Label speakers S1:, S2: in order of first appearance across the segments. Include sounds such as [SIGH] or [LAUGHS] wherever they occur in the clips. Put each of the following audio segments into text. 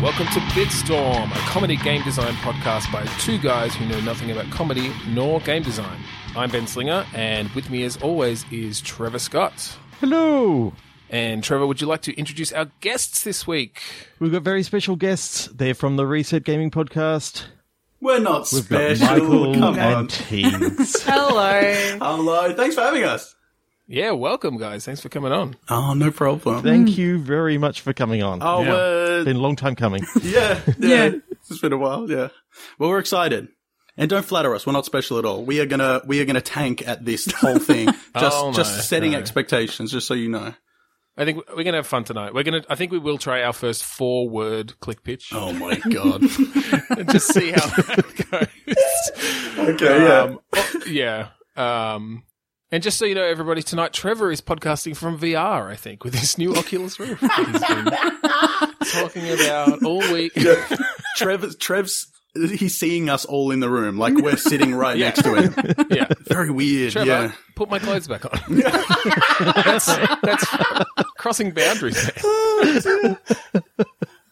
S1: welcome to Bitstorm, a comedy game design podcast by two guys who know nothing about comedy nor game design. I'm Ben Slinger, and with me, as always, is Trevor Scott.
S2: Hello.
S1: And Trevor, would you like to introduce our guests this week?
S2: We've got very special guests. They're from the Reset Gaming Podcast.
S3: We're not
S2: We've got
S3: special.
S2: Michael
S3: Come on.
S2: and Teens.
S4: Hello.
S3: Hello. Thanks for having us.
S1: Yeah, welcome, guys. Thanks for coming on.
S3: Oh, no problem.
S2: Thank you very much for coming on.
S3: oh,
S1: Yeah.
S3: uh,
S2: it's been a long time
S3: [LAUGHS]
S2: coming.
S3: yeah, yeah.
S4: Yeah.
S3: It's been a while. Yeah. Well, we're excited. And don't flatter us. We're not special at all. We are gonna we are gonna tank at this
S2: [LAUGHS]
S3: whole thing. just
S2: Oh
S1: no,
S3: just setting
S1: no.
S3: expectations, just so you know.
S1: I think we're gonna have fun tonight. We're gonna, I think we will try our first four-word click pitch
S3: Oh my god.
S1: and just see how that goes.
S3: [LAUGHS] okay. Yeah.
S1: Um, [LAUGHS] oh, yeah. Um, and just so you know, everybody, tonight Trevor is podcasting from VR, I think, with his new Oculus Rift. that He's been talking about all week.
S3: Trev Trev's he's seeing us all in the room, like we're sitting [LAUGHS] right next to him.
S1: Yeah.
S3: Very weird.
S1: Trevor,
S3: Yeah.
S1: put my clothes back
S3: [LAUGHS]
S1: on. [LAUGHS] that's, that's crossing boundaries. there.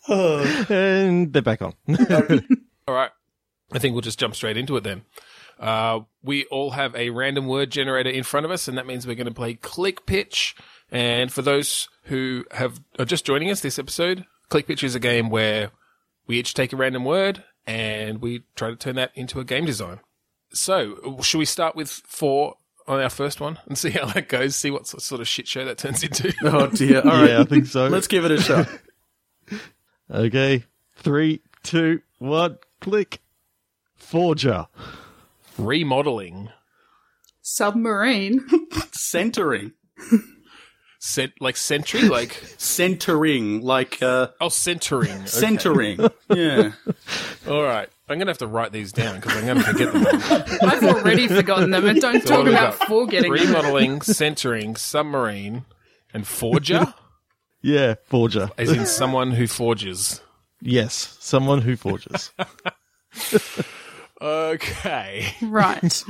S2: and they're back on.
S1: All right. I think we'll just jump straight into it then. Uh, we all have a random word generator in front of us, and that means we're going to play Click Pitch. And for those who have are just joining us this episode, Click Pitch is a game where we each take a random word and we try to turn that into a game design. So, should we start with four on our first one and [LAUGHS] see how that goes? See what s- sort of shit show that turns into.
S3: Oh dear. All right.
S2: Yeah, I think so.
S3: Let's give it a shot.
S2: Okay. Three, two, one, click. Forger.
S1: [LAUGHS] Remodeling,
S4: Submarine.
S3: Centering.
S1: Cent- like century, like [LAUGHS]
S3: Centering. Like uh
S1: oh centering, [LAUGHS]
S3: centering. Yeah.
S1: All right. I'm going to have to write these down because I'm going to forget them.
S4: [LAUGHS]
S1: all.
S4: I've already forgotten them, and don't
S1: all
S4: talk
S1: we
S4: about
S1: got.
S4: forgetting them.
S1: Remodeling, centering, submarine, and forger
S2: Yeah, forger.
S1: is in someone who forges.
S2: Yes, someone who
S3: [LAUGHS]
S2: forges.
S1: Okay.
S4: Right.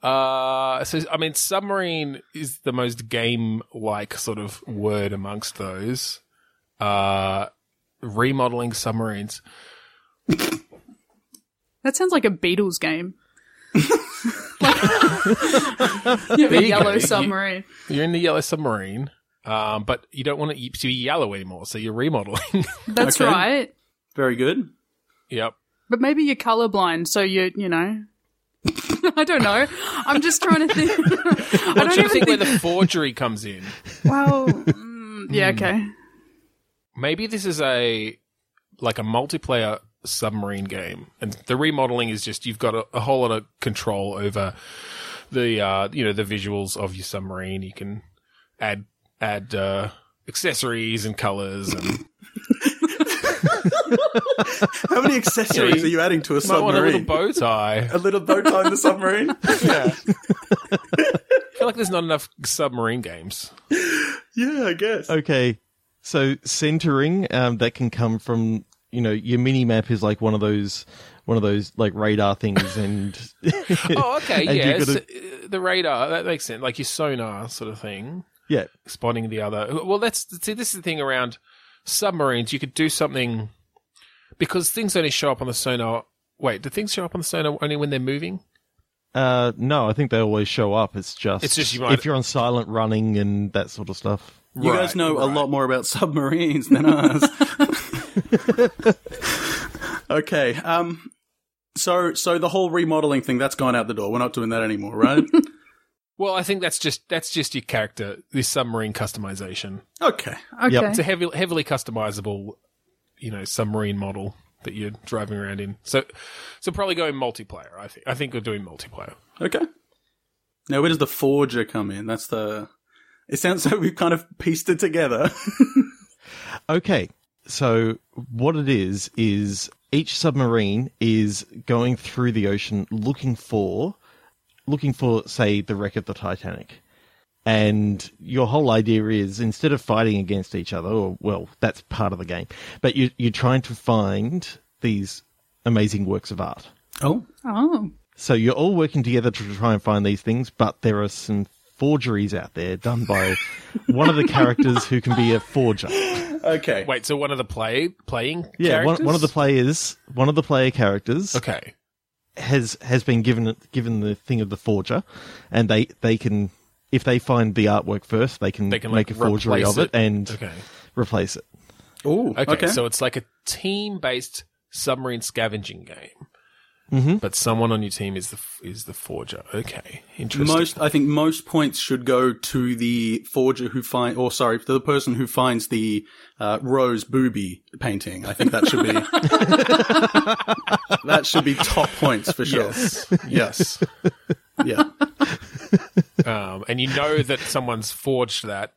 S1: Uh, so, I mean, submarine is the most game like sort of word amongst those. Uh, remodeling submarines.
S4: That sounds like a Beatles
S1: [LAUGHS]
S4: game. you have a
S1: Bingo.
S4: yellow
S1: You-
S4: submarine.
S1: You're in the yellow submarine, um, but you don't want it to be yellow anymore, so you're remodeling. [LAUGHS]
S4: That's
S3: Okay.
S4: right.
S3: Very good.
S1: yep.
S4: But maybe you're colorblind, so you you know. [LAUGHS] I don't know. I'm just trying to think. [LAUGHS] I
S1: What
S4: don't
S1: do you
S4: even
S1: think
S4: think.
S1: where the forgery comes in?
S4: well, mm, yeah, okay.
S1: maybe this is a like a multiplayer submarine game and the remodeling is just you've got a, a whole lot of control over the uh you know the visuals of your submarine you can add add uh accessories and colors
S2: [LAUGHS]
S1: and
S3: How many accessories
S1: Yeah, you
S3: are you adding to a
S1: might want a little
S3: submarine?
S1: bow tie
S3: A little bow tie in the submarine.
S1: yeah i feel like there's not enough submarine
S2: [LAUGHS]
S1: games
S3: [LAUGHS] yeah, I guess.
S2: Okay. So centering, um, that can come from you know your mini map is like one of those one of those like
S1: [LAUGHS]
S2: radar things, and
S1: oh okay
S2: And you
S1: yeah
S2: gotta-
S1: s- uh, the radar that makes sense like your sonar sort of thing
S2: [LAUGHS] yeah,
S1: spotting the other. Well, that's see, this is the thing around submarines. You could do something because things only show up on the sonar. Wait, do things show up on the sonar only when they're moving?
S2: Uh, no, I think they always show up. It's just
S1: It's just you might-
S2: if you're on silent running and that sort of stuff.
S3: You guys know a lot more about submarines than [LAUGHS] us. okay. Um. So, so the whole remodeling thing—that's gone out the door. We're not doing that anymore, [LAUGHS] right?
S1: Well, I think that's just that's just your character. This submarine customization.
S3: okay.
S4: Okay.
S2: Yep.
S1: It's a heavily heavily customizable, you know, submarine model that you're driving around in. So, so probably going multiplayer. I think I think we're doing multiplayer.
S3: Okay. Now, where does the forger come in? That's the. It sounds like we've kind of pieced it together.
S2: Okay, so what it is is each submarine is going through the ocean looking for, looking for say the wreck of the Titanic, and your whole idea is instead of fighting against each other, or well, that's part of the game, but you you're trying to find these amazing works of art.
S3: oh.
S4: Oh.
S2: So you're all working together to try and find these things, but there are some forgeries out there done by one of the characters who can be a forger.
S3: [LAUGHS] Okay.
S1: Wait, so one of the play playing
S2: Yeah, one,
S1: characters?
S2: one of the players, one of the player characters
S1: Okay.
S2: has has been given given the thing of the forger, and they they can if they find the artwork first, they can,
S1: They can,
S2: make
S1: like,
S2: a forgery
S1: replace
S2: of it,
S1: it.
S2: and
S1: Okay.
S2: replace it.
S3: Ooh.
S1: Okay, so it's like a team-based submarine scavenging game,
S3: Mm-hmm.
S2: Mhm.
S1: but someone on your team is the f- is the forger. Okay, interesting. [LAUGHS]
S3: most I think most points should go to the forger who find or sorry, to the person who finds the uh, rose booby painting. I think that should be [LAUGHS] That should be top points for
S1: [LAUGHS]
S3: sure.
S1: yes,
S3: Yes. Yeah.
S1: um, and you know that someone's forged that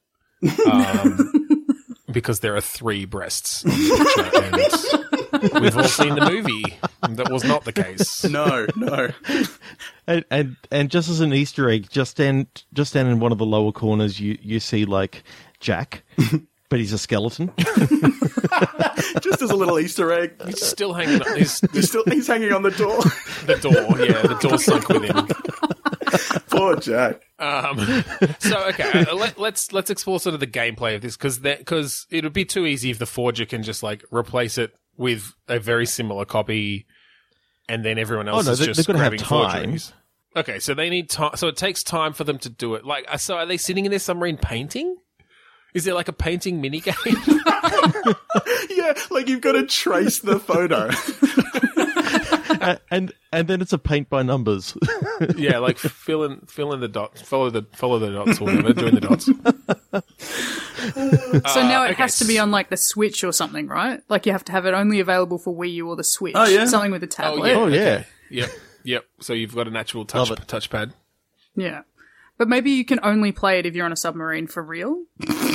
S1: um,
S3: [LAUGHS]
S1: because there are three breasts. on the picture, and we've all seen the movie. That was not the case.
S3: No, no.
S2: And, and and just as an Easter egg, just down just down in one of the lower corners, you you see like
S1: [LAUGHS]
S2: Jack, but he's a skeleton.
S3: Just as a little Easter egg.
S1: He's still hanging. On. He's,
S3: He's still he's hanging on the door.
S1: the door. Yeah, the door sunk with him.
S3: [LAUGHS] Poor Jack.
S2: [LAUGHS]
S1: Um, so okay, uh, let, let's let's explore sort of the gameplay of this because because it would be too easy if the forger can just like replace it with a very similar copy, and then everyone else
S2: Oh, no,
S1: is
S2: they-
S1: just
S2: they've gotta have
S1: grabbing
S2: time.
S1: forgeries. Okay, so they need time. So it takes time for them to do it. Like, uh, so are they sitting in their submarine painting? Is there like a painting mini game?
S2: [LAUGHS]
S3: Yeah, like you've got to trace the photo.
S2: A- and and then it's a paint
S1: [LAUGHS]
S2: by numbers.
S1: yeah, like fill in fill in the dots, follow the follow the dots, or whatever, doing the
S2: [LAUGHS]
S1: dots.
S3: Uh,
S4: So now it
S1: okay,
S4: has to be on like the Switch or something, right? Like you have to have it only available for Wii U or the Switch.
S3: Oh, yeah.
S4: Something with a tablet.
S1: yeah.
S2: oh yeah,
S1: Yep, yep. So you've got an actual touch
S2: Love it.
S1: touchpad.
S4: Yeah. But maybe you can only play it if you're on a submarine for real. [LAUGHS]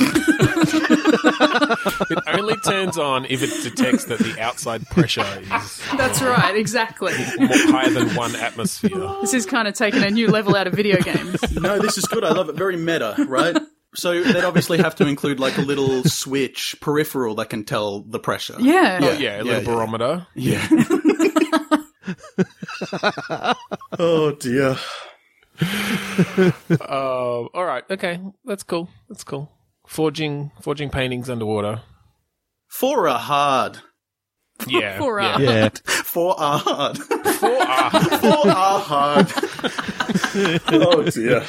S1: It only turns on if it detects that the outside pressure is
S4: That's right, exactly.
S1: more higher than one atmosphere. Oh,
S4: this is kind of taking a new level out of
S3: [LAUGHS]
S4: video games.
S3: [LAUGHS] No, this is good. I love it. Very meta, right? So they'd obviously have to include like a little switch peripheral that can tell the pressure.
S4: Yeah.
S3: Yeah.
S1: Yeah, a little
S3: yeah.
S1: barometer.
S3: Yeah. [LAUGHS] oh dear.
S1: Uh, all right, okay, that's cool. That's cool. Forging, forging paintings
S4: [LAUGHS]
S1: underwater.
S3: For a hard.
S1: Yeah,
S4: For uh,
S1: yeah.
S4: us.
S2: [LAUGHS] yeah.
S3: For a hard.
S1: For
S3: [LAUGHS]
S1: us.
S3: For a hard. [LAUGHS] oh dear.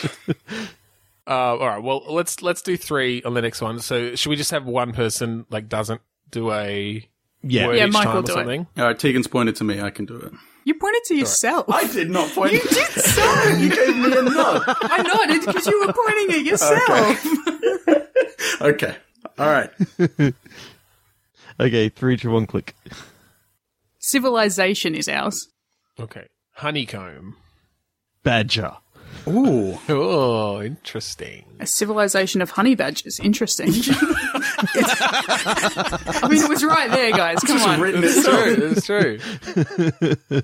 S1: Uh, all right, well let's let's do three on the next one. So should we just have one person like doesn't do a
S2: Yeah.
S1: word
S4: Yeah,
S1: each
S4: Mike
S1: time or
S4: will do it.
S1: something?
S3: All right, Tegan's pointed to me. I can do it.
S4: You pointed to yourself.
S3: I did not point.
S4: [LAUGHS] You did so.
S3: you gave me a nod.
S4: I nodded because you were pointing at yourself.
S3: [LAUGHS] Okay. All right.
S2: Okay, three, two, one, click.
S4: Civilization is ours.
S1: Okay, honeycomb.
S2: Badger.
S3: Ooh.
S1: Oh, interesting.
S4: A civilization of honey badgers.
S3: [LAUGHS]
S4: Interesting. [LAUGHS] I mean, it was right there, guys. Come on.
S3: Written
S1: It's
S3: it.
S1: true. It's true.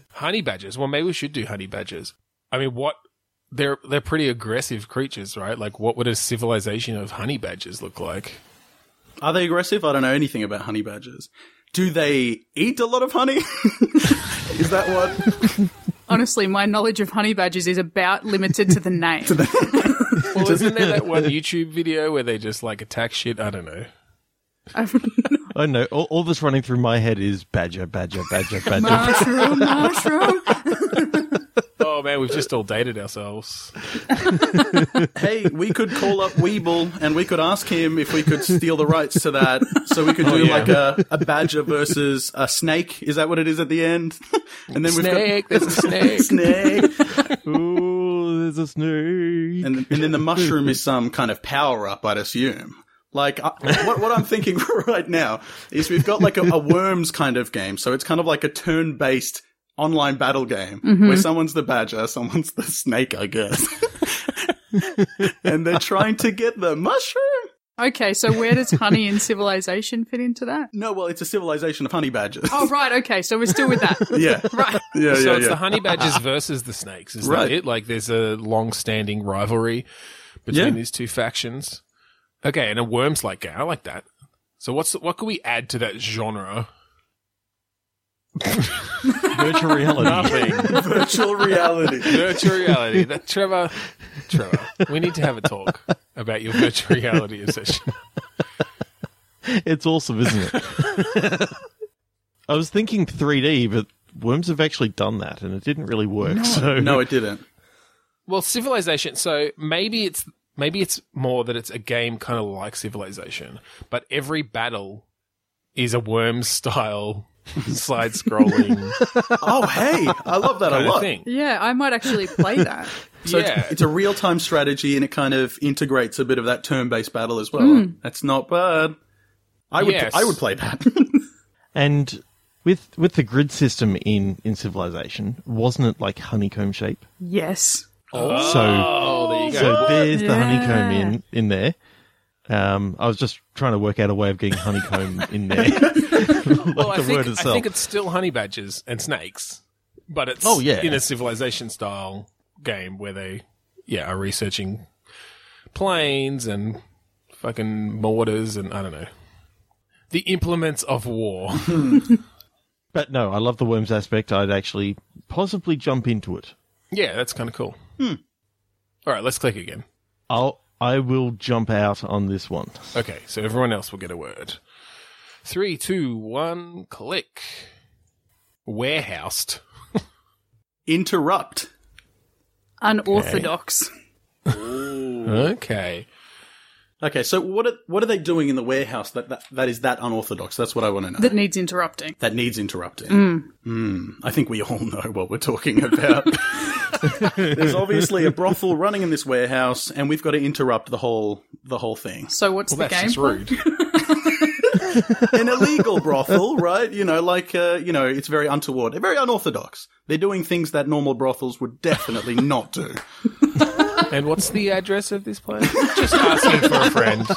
S1: [LAUGHS] honey badgers. Well, maybe we should do honey badgers. I mean, what? They're they're pretty aggressive creatures, right? Like, what would a civilization of honey badgers look like?
S3: Are they aggressive? I don't know anything about honey badgers. Do they eat a lot of honey? [LAUGHS] Is that what?
S4: Honestly, my knowledge of honey badgers is about
S1: [LAUGHS]
S4: limited to the name.
S1: Well, isn't there that [LAUGHS] one YouTube video where they just like attack shit? I don't know.
S2: I know. All, all that's running through my head is badger, badger, badger,
S1: [LAUGHS]
S2: badger.
S4: [LAUGHS] mushroom, mushroom.
S1: Oh man, we've just all dated ourselves.
S3: Hey, we could call up Weeble and we could ask him if we could steal the rights to that. So we could do
S1: yeah.
S3: like a, a badger versus a snake. Is that what it is at the end? [LAUGHS] And then [LAUGHS]
S1: Snake,
S3: we've
S1: there's a [LAUGHS] snake.
S3: got snake.
S2: Ooh, there's a snake.
S3: And, and then the mushroom is some kind of power up, I'd assume. Like, I, what, what I'm thinking [LAUGHS] right now is we've got like a, a worms kind of game. So it's kind of like a turn based online battle game where someone's the badger, someone's the snake, I guess. [LAUGHS] and they're trying to get the mushroom.
S4: Okay, so where does honey and civilization fit into that?
S3: No, well, it's a civilization of honey badgers.
S4: Oh,
S3: [LAUGHS]
S4: right. Okay, so we're still with that.
S3: Yeah.
S4: Right.
S3: Yeah,
S1: So
S3: yeah,
S1: it's
S3: yeah.
S1: the [LAUGHS] honey badgers versus the snakes, is
S3: Right.
S1: that it? Like, there's a long-standing rivalry between
S3: Yeah.
S1: these two factions. Okay, and a worms like game. I like that. So what's what can we add to that genre?
S2: Virtual
S1: [LAUGHS]
S2: reality.
S1: Nothing.
S3: Virtual
S1: [LAUGHS]
S3: reality.
S1: virtual reality. That Trevor, Trevor, we need to have a talk about your virtual reality obsession.
S2: It's awesome, isn't it? I was thinking 3D, but worms have actually done that, and it didn't really work. so
S3: No, it didn't.
S1: Well, Civilization. So maybe it's maybe it's more that it's a game kind of like Civilization, but every battle is a worm style [LAUGHS] side scrolling
S3: Oh, hey, I love that
S1: kind
S3: a lot.
S1: of thing.
S4: Yeah, I might actually play that.
S3: So
S1: yeah.
S3: it's, it's a real time strategy and it kind of integrates a bit of that turn based battle as well.
S4: Mm.
S3: That's not bad. I would,
S1: Yes.
S3: I would play that. [LAUGHS]
S2: And with with the grid system in in Civilization, wasn't it like honeycomb shape?
S4: yes.
S2: So
S1: oh, there you go.
S2: so there's the honeycomb
S4: Yeah.
S2: in in there. Um, I was just trying to work out a way of getting honeycomb in there, [LAUGHS] like
S1: well, I
S2: the
S1: think,
S2: word
S1: I
S2: itself.
S1: think it's still honey badgers and snakes, but it's
S2: Oh, yeah.
S1: in a civilization style game where they yeah are researching planes and fucking mortars and I don't know the implements of war.
S2: [LAUGHS] But no, I love the worms aspect. I'd actually possibly jump into it.
S1: yeah, that's kind of cool.
S2: Hmm.
S1: All right, let's click again.
S2: I'll I will jump out on this one.
S1: Okay, so everyone else will get a word. Three, two, one, click. Warehoused.
S3: Interrupt.
S4: Unorthodox.
S2: Hmm.
S1: Okay.
S3: Okay, so what are, what are they doing in the warehouse that, that, that is that unorthodox? That's what I want to know.
S4: That needs interrupting.
S3: that needs interrupting. Hmm, I think we all know what we're
S1: [LAUGHS]
S3: talking about. There's obviously a brothel running in this warehouse, and we've got to interrupt the whole the whole thing.
S4: So what's
S1: Well, that's
S4: the game?
S1: just rude.
S3: An illegal brothel, right? You know, like uh, you know, it's very untoward, very unorthodox. They're doing things that normal brothels would definitely
S1: [LAUGHS]
S3: not do.
S1: [LAUGHS] And what's the address of this place? Just asking for a friend.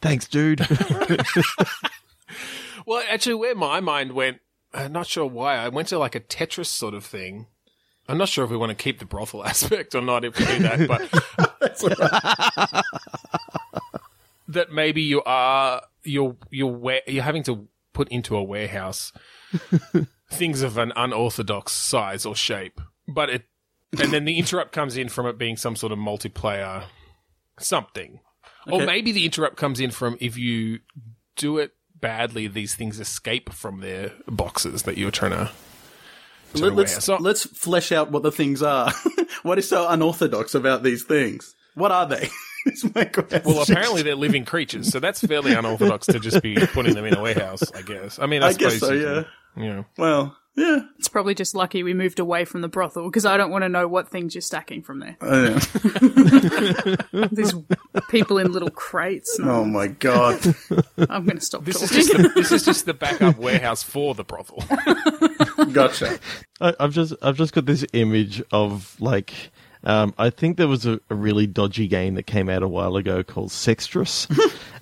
S2: Thanks, dude.
S1: Well, actually, where my mind went, I'm not sure why. I went to like a Tetris sort of thing. I'm not sure if we want to keep the brothel [LAUGHS] aspect or not if we do that, but that maybe you are you're you're ware- you're having to put into a warehouse things of an unorthodox size or shape, but it and then the interrupt comes in from it being some sort of multiplayer something, or
S3: Okay.
S1: maybe the interrupt comes in from if you do it badly, these things escape from their boxes that you're trying to.
S3: Let,
S1: warehouse.
S3: let's
S1: So-
S3: let's flesh out what the things are. [LAUGHS] what is so unorthodox about these things? What are they? [LAUGHS] It's my question.
S1: [LAUGHS] Well, apparently they're living creatures, so that's fairly unorthodox to just be putting them in a warehouse. I guess. I mean, I,
S3: I guess
S1: suppose
S3: so,
S1: you can- yeah.
S3: well,
S1: [LAUGHS]
S3: yeah.
S4: It's probably just lucky we moved away from the brothel because I don't want to know what things you're stacking
S1: [LAUGHS]
S4: from there.
S3: I don't know.
S4: These people in little crates. No,
S3: Oh my god.
S4: I'm going to stop
S1: This is
S4: talking.
S1: just the, this is just [LAUGHS] the backup warehouse for the brothel.
S3: Gotcha.
S2: [LAUGHS] I, I've just I've just got this image of like um, I think there was a, a really dodgy game that came out a while ago called [LAUGHS] Sextrus,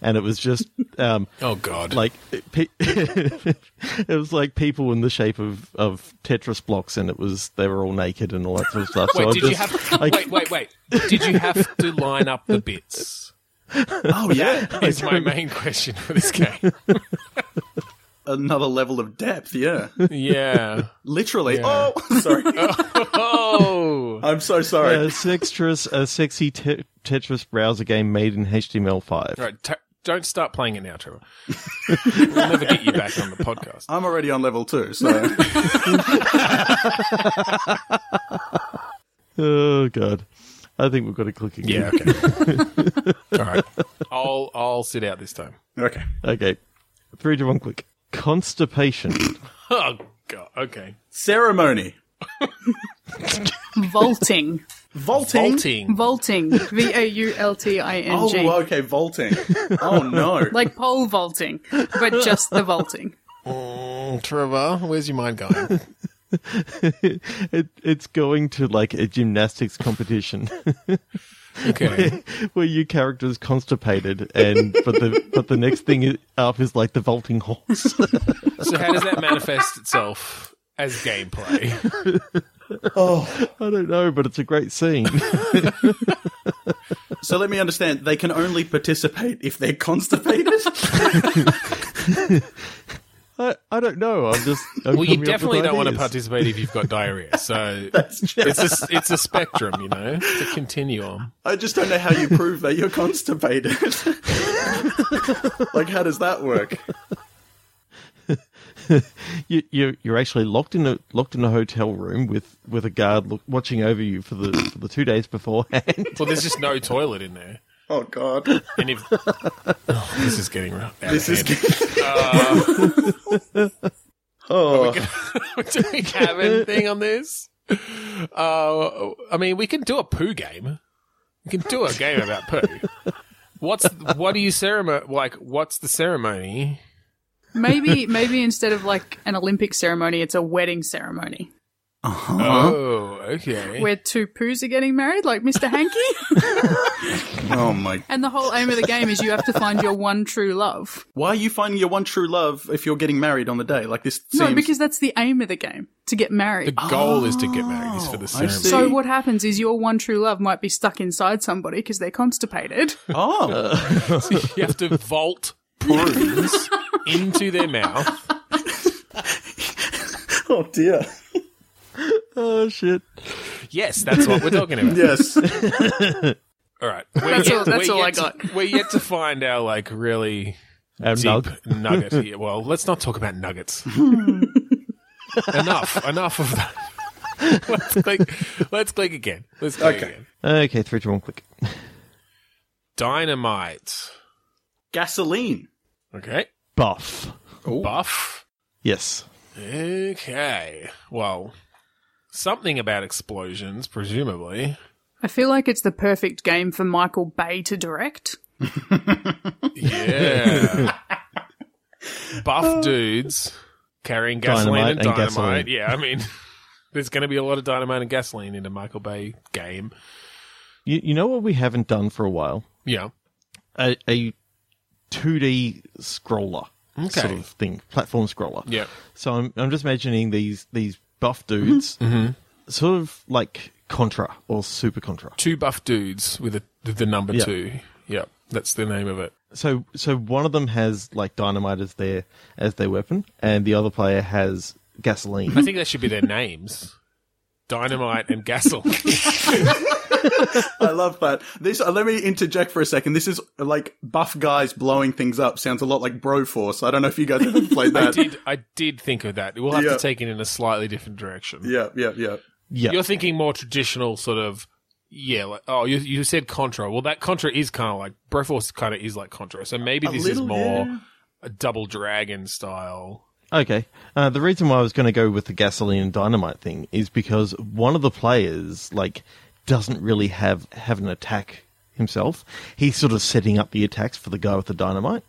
S2: and it was just um,
S1: Oh God!
S2: like pe- [LAUGHS] it was like people in the shape of, of Tetris blocks, and it was they were all naked and all that sort of stuff.
S1: wait,
S2: so
S1: did
S2: I'm
S1: you
S2: just,
S1: have?
S2: like-
S1: wait, wait, wait! Did you have to line up the bits?
S3: [LAUGHS] Oh yeah.
S1: Is my main question for this game.
S3: Another level of depth, yeah.
S1: Yeah.
S3: Literally.
S1: Yeah.
S3: Oh [LAUGHS] sorry.
S1: Oh.
S3: I'm so
S2: uh,
S3: sorry.
S2: Sextrus, a sexy te- Tetris browser game made in HTML5.
S1: All right. T- don't start playing it now, Trevor. we'll never get you back on the podcast.
S3: I'm already on level two, so [LAUGHS]
S2: Oh god, I think we've got to click again.
S1: Yeah. Okay. [LAUGHS] All right. I'll I'll sit out this time.
S3: Okay.
S2: Okay. Three to one click. Constipation.
S1: [LAUGHS]
S2: [LAUGHS]
S1: Oh God. Okay.
S3: Ceremony.
S4: [LAUGHS] Vaulting.
S3: Vaulting.
S1: Vaulting.
S4: Vaulting. V A U L T I N G.
S3: Oh, okay, vaulting. Oh [LAUGHS] no.
S4: Like pole vaulting, but just the vaulting.
S1: Mm, Trevor, where's your mind going?
S2: it, it's going to like a gymnastics competition [LAUGHS]
S1: Okay.
S2: where your character is constipated, and but the but the next thing i- up is like the vaulting horse. [LAUGHS]
S1: So how does that manifest itself as [LAUGHS] gameplay?
S2: I don't know, but it's a great scene. [LAUGHS]
S3: So let me understand, [LAUGHS] they can only participate if they're constipated?
S2: I, I don't know. I'm just. I'm
S1: Well, you
S2: coming up with
S1: definitely don't want to
S2: ideas.
S1: participate if you've got diarrhea. [LAUGHS] So it's a, s- it's a spectrum, you know, it's a continuum.
S3: I just don't know how you prove that you're [LAUGHS] constipated. like, how does that work?
S2: You, you, you're actually locked in a locked in a hotel room with with a guard look, watching over you for the for the two days beforehand. [LAUGHS]
S1: Well, there's just no toilet in there.
S3: Oh God,
S1: And if Oh, this is getting rough, out
S3: this
S1: of
S3: is.
S1: hand.
S3: [LAUGHS] Uh. oh, [LAUGHS]
S1: do we
S4: [LAUGHS]
S1: have anything on this? Uh, I mean, we can do a poo game. We can do a game about poo. What's what do you ceremony like? What's the ceremony?
S4: Maybe, maybe instead of like an Olympic ceremony, it's a wedding ceremony
S3: Uh-huh.
S1: Oh, okay.
S4: where two poos are getting married, like Mr. Hanky.
S3: oh my!
S4: and the whole aim of the game is you have to find your one true love.
S3: Why are you finding your one true love if you're getting married on the day? Like this seems.
S4: No, because that's the aim of the game to get
S1: the
S4: married.
S1: goal is to get married. Is for the
S3: Oh, I
S1: ceremony.
S3: see.
S4: So what happens is your one true love might be stuck inside somebody because they're constipated.
S3: oh,
S1: You have to vault prunes into their mouth.
S3: [LAUGHS] oh dear.
S2: oh shit!
S1: Yes, that's what we're talking about.
S3: [LAUGHS] Yes.
S1: All right, we're
S4: That's
S1: yet-
S4: all- that's
S1: we're
S4: all I
S1: yet to-
S4: got.
S1: we're yet to find our like really
S2: Our
S1: deep
S2: nug-
S1: nugget.
S2: [LAUGHS]
S1: here. Well, let's not talk about nuggets. enough, enough of that. [LAUGHS] let's click. Let's click again. Let's click
S3: Okay.
S1: again.
S2: Okay, three, two, one, click.
S1: Dynamite.
S3: Gasoline.
S1: Okay.
S2: Buff.
S1: Buff.
S2: Yes.
S1: Okay. Well, something about explosions, presumably.
S4: I feel like it's the perfect game for Michael Bay to direct.
S2: [LAUGHS]
S1: Yeah. Buff dudes carrying gasoline
S2: Dynamite
S1: and
S2: and
S1: dynamite.
S2: gasoline.
S1: Yeah, I mean, [LAUGHS] there's going to be a lot of dynamite and gasoline in a Michael Bay game.
S2: You, you know what we haven't done for a while?
S1: Yeah.
S2: A, a 2D scroller
S1: Okay.
S2: sort of thing, platform scroller.
S1: Yeah.
S2: So I'm, I'm just imagining these these buff dudes,
S1: Mm-hmm.
S2: sort of like Contra or Super Contra.
S1: two buff dudes with, a, with the number
S2: Yeah.
S1: two. Yeah, that's the name of it.
S2: So so one of them has like dynamite as their as their weapon, and the other player has
S1: I
S2: gasoline.
S1: think that should be their names. Dynamite and Gasoline.
S3: I love that. This. Uh, let me interject for a second. This is uh, like buff guys blowing things up. Sounds a lot like Broforce. I don't know if you guys ever
S1: [LAUGHS]
S3: played
S1: I
S3: that.
S1: did [LAUGHS] I did think of that. We'll have
S3: Yeah.
S1: to take it in a slightly different direction.
S3: Yeah, yeah, yeah.
S2: yeah.
S1: You're thinking more traditional sort of yeah, like oh you you said Contra. Well that Contra is kinda like Broforce kinda is like Contra. So maybe this
S3: little,
S1: is more
S3: yeah.
S1: a double dragon style.
S2: Okay. Uh, the reason why I was going to go with the gasoline and dynamite thing is because one of the players like doesn't really have have an attack himself. He's sort of setting up the attacks for the guy with the dynamite.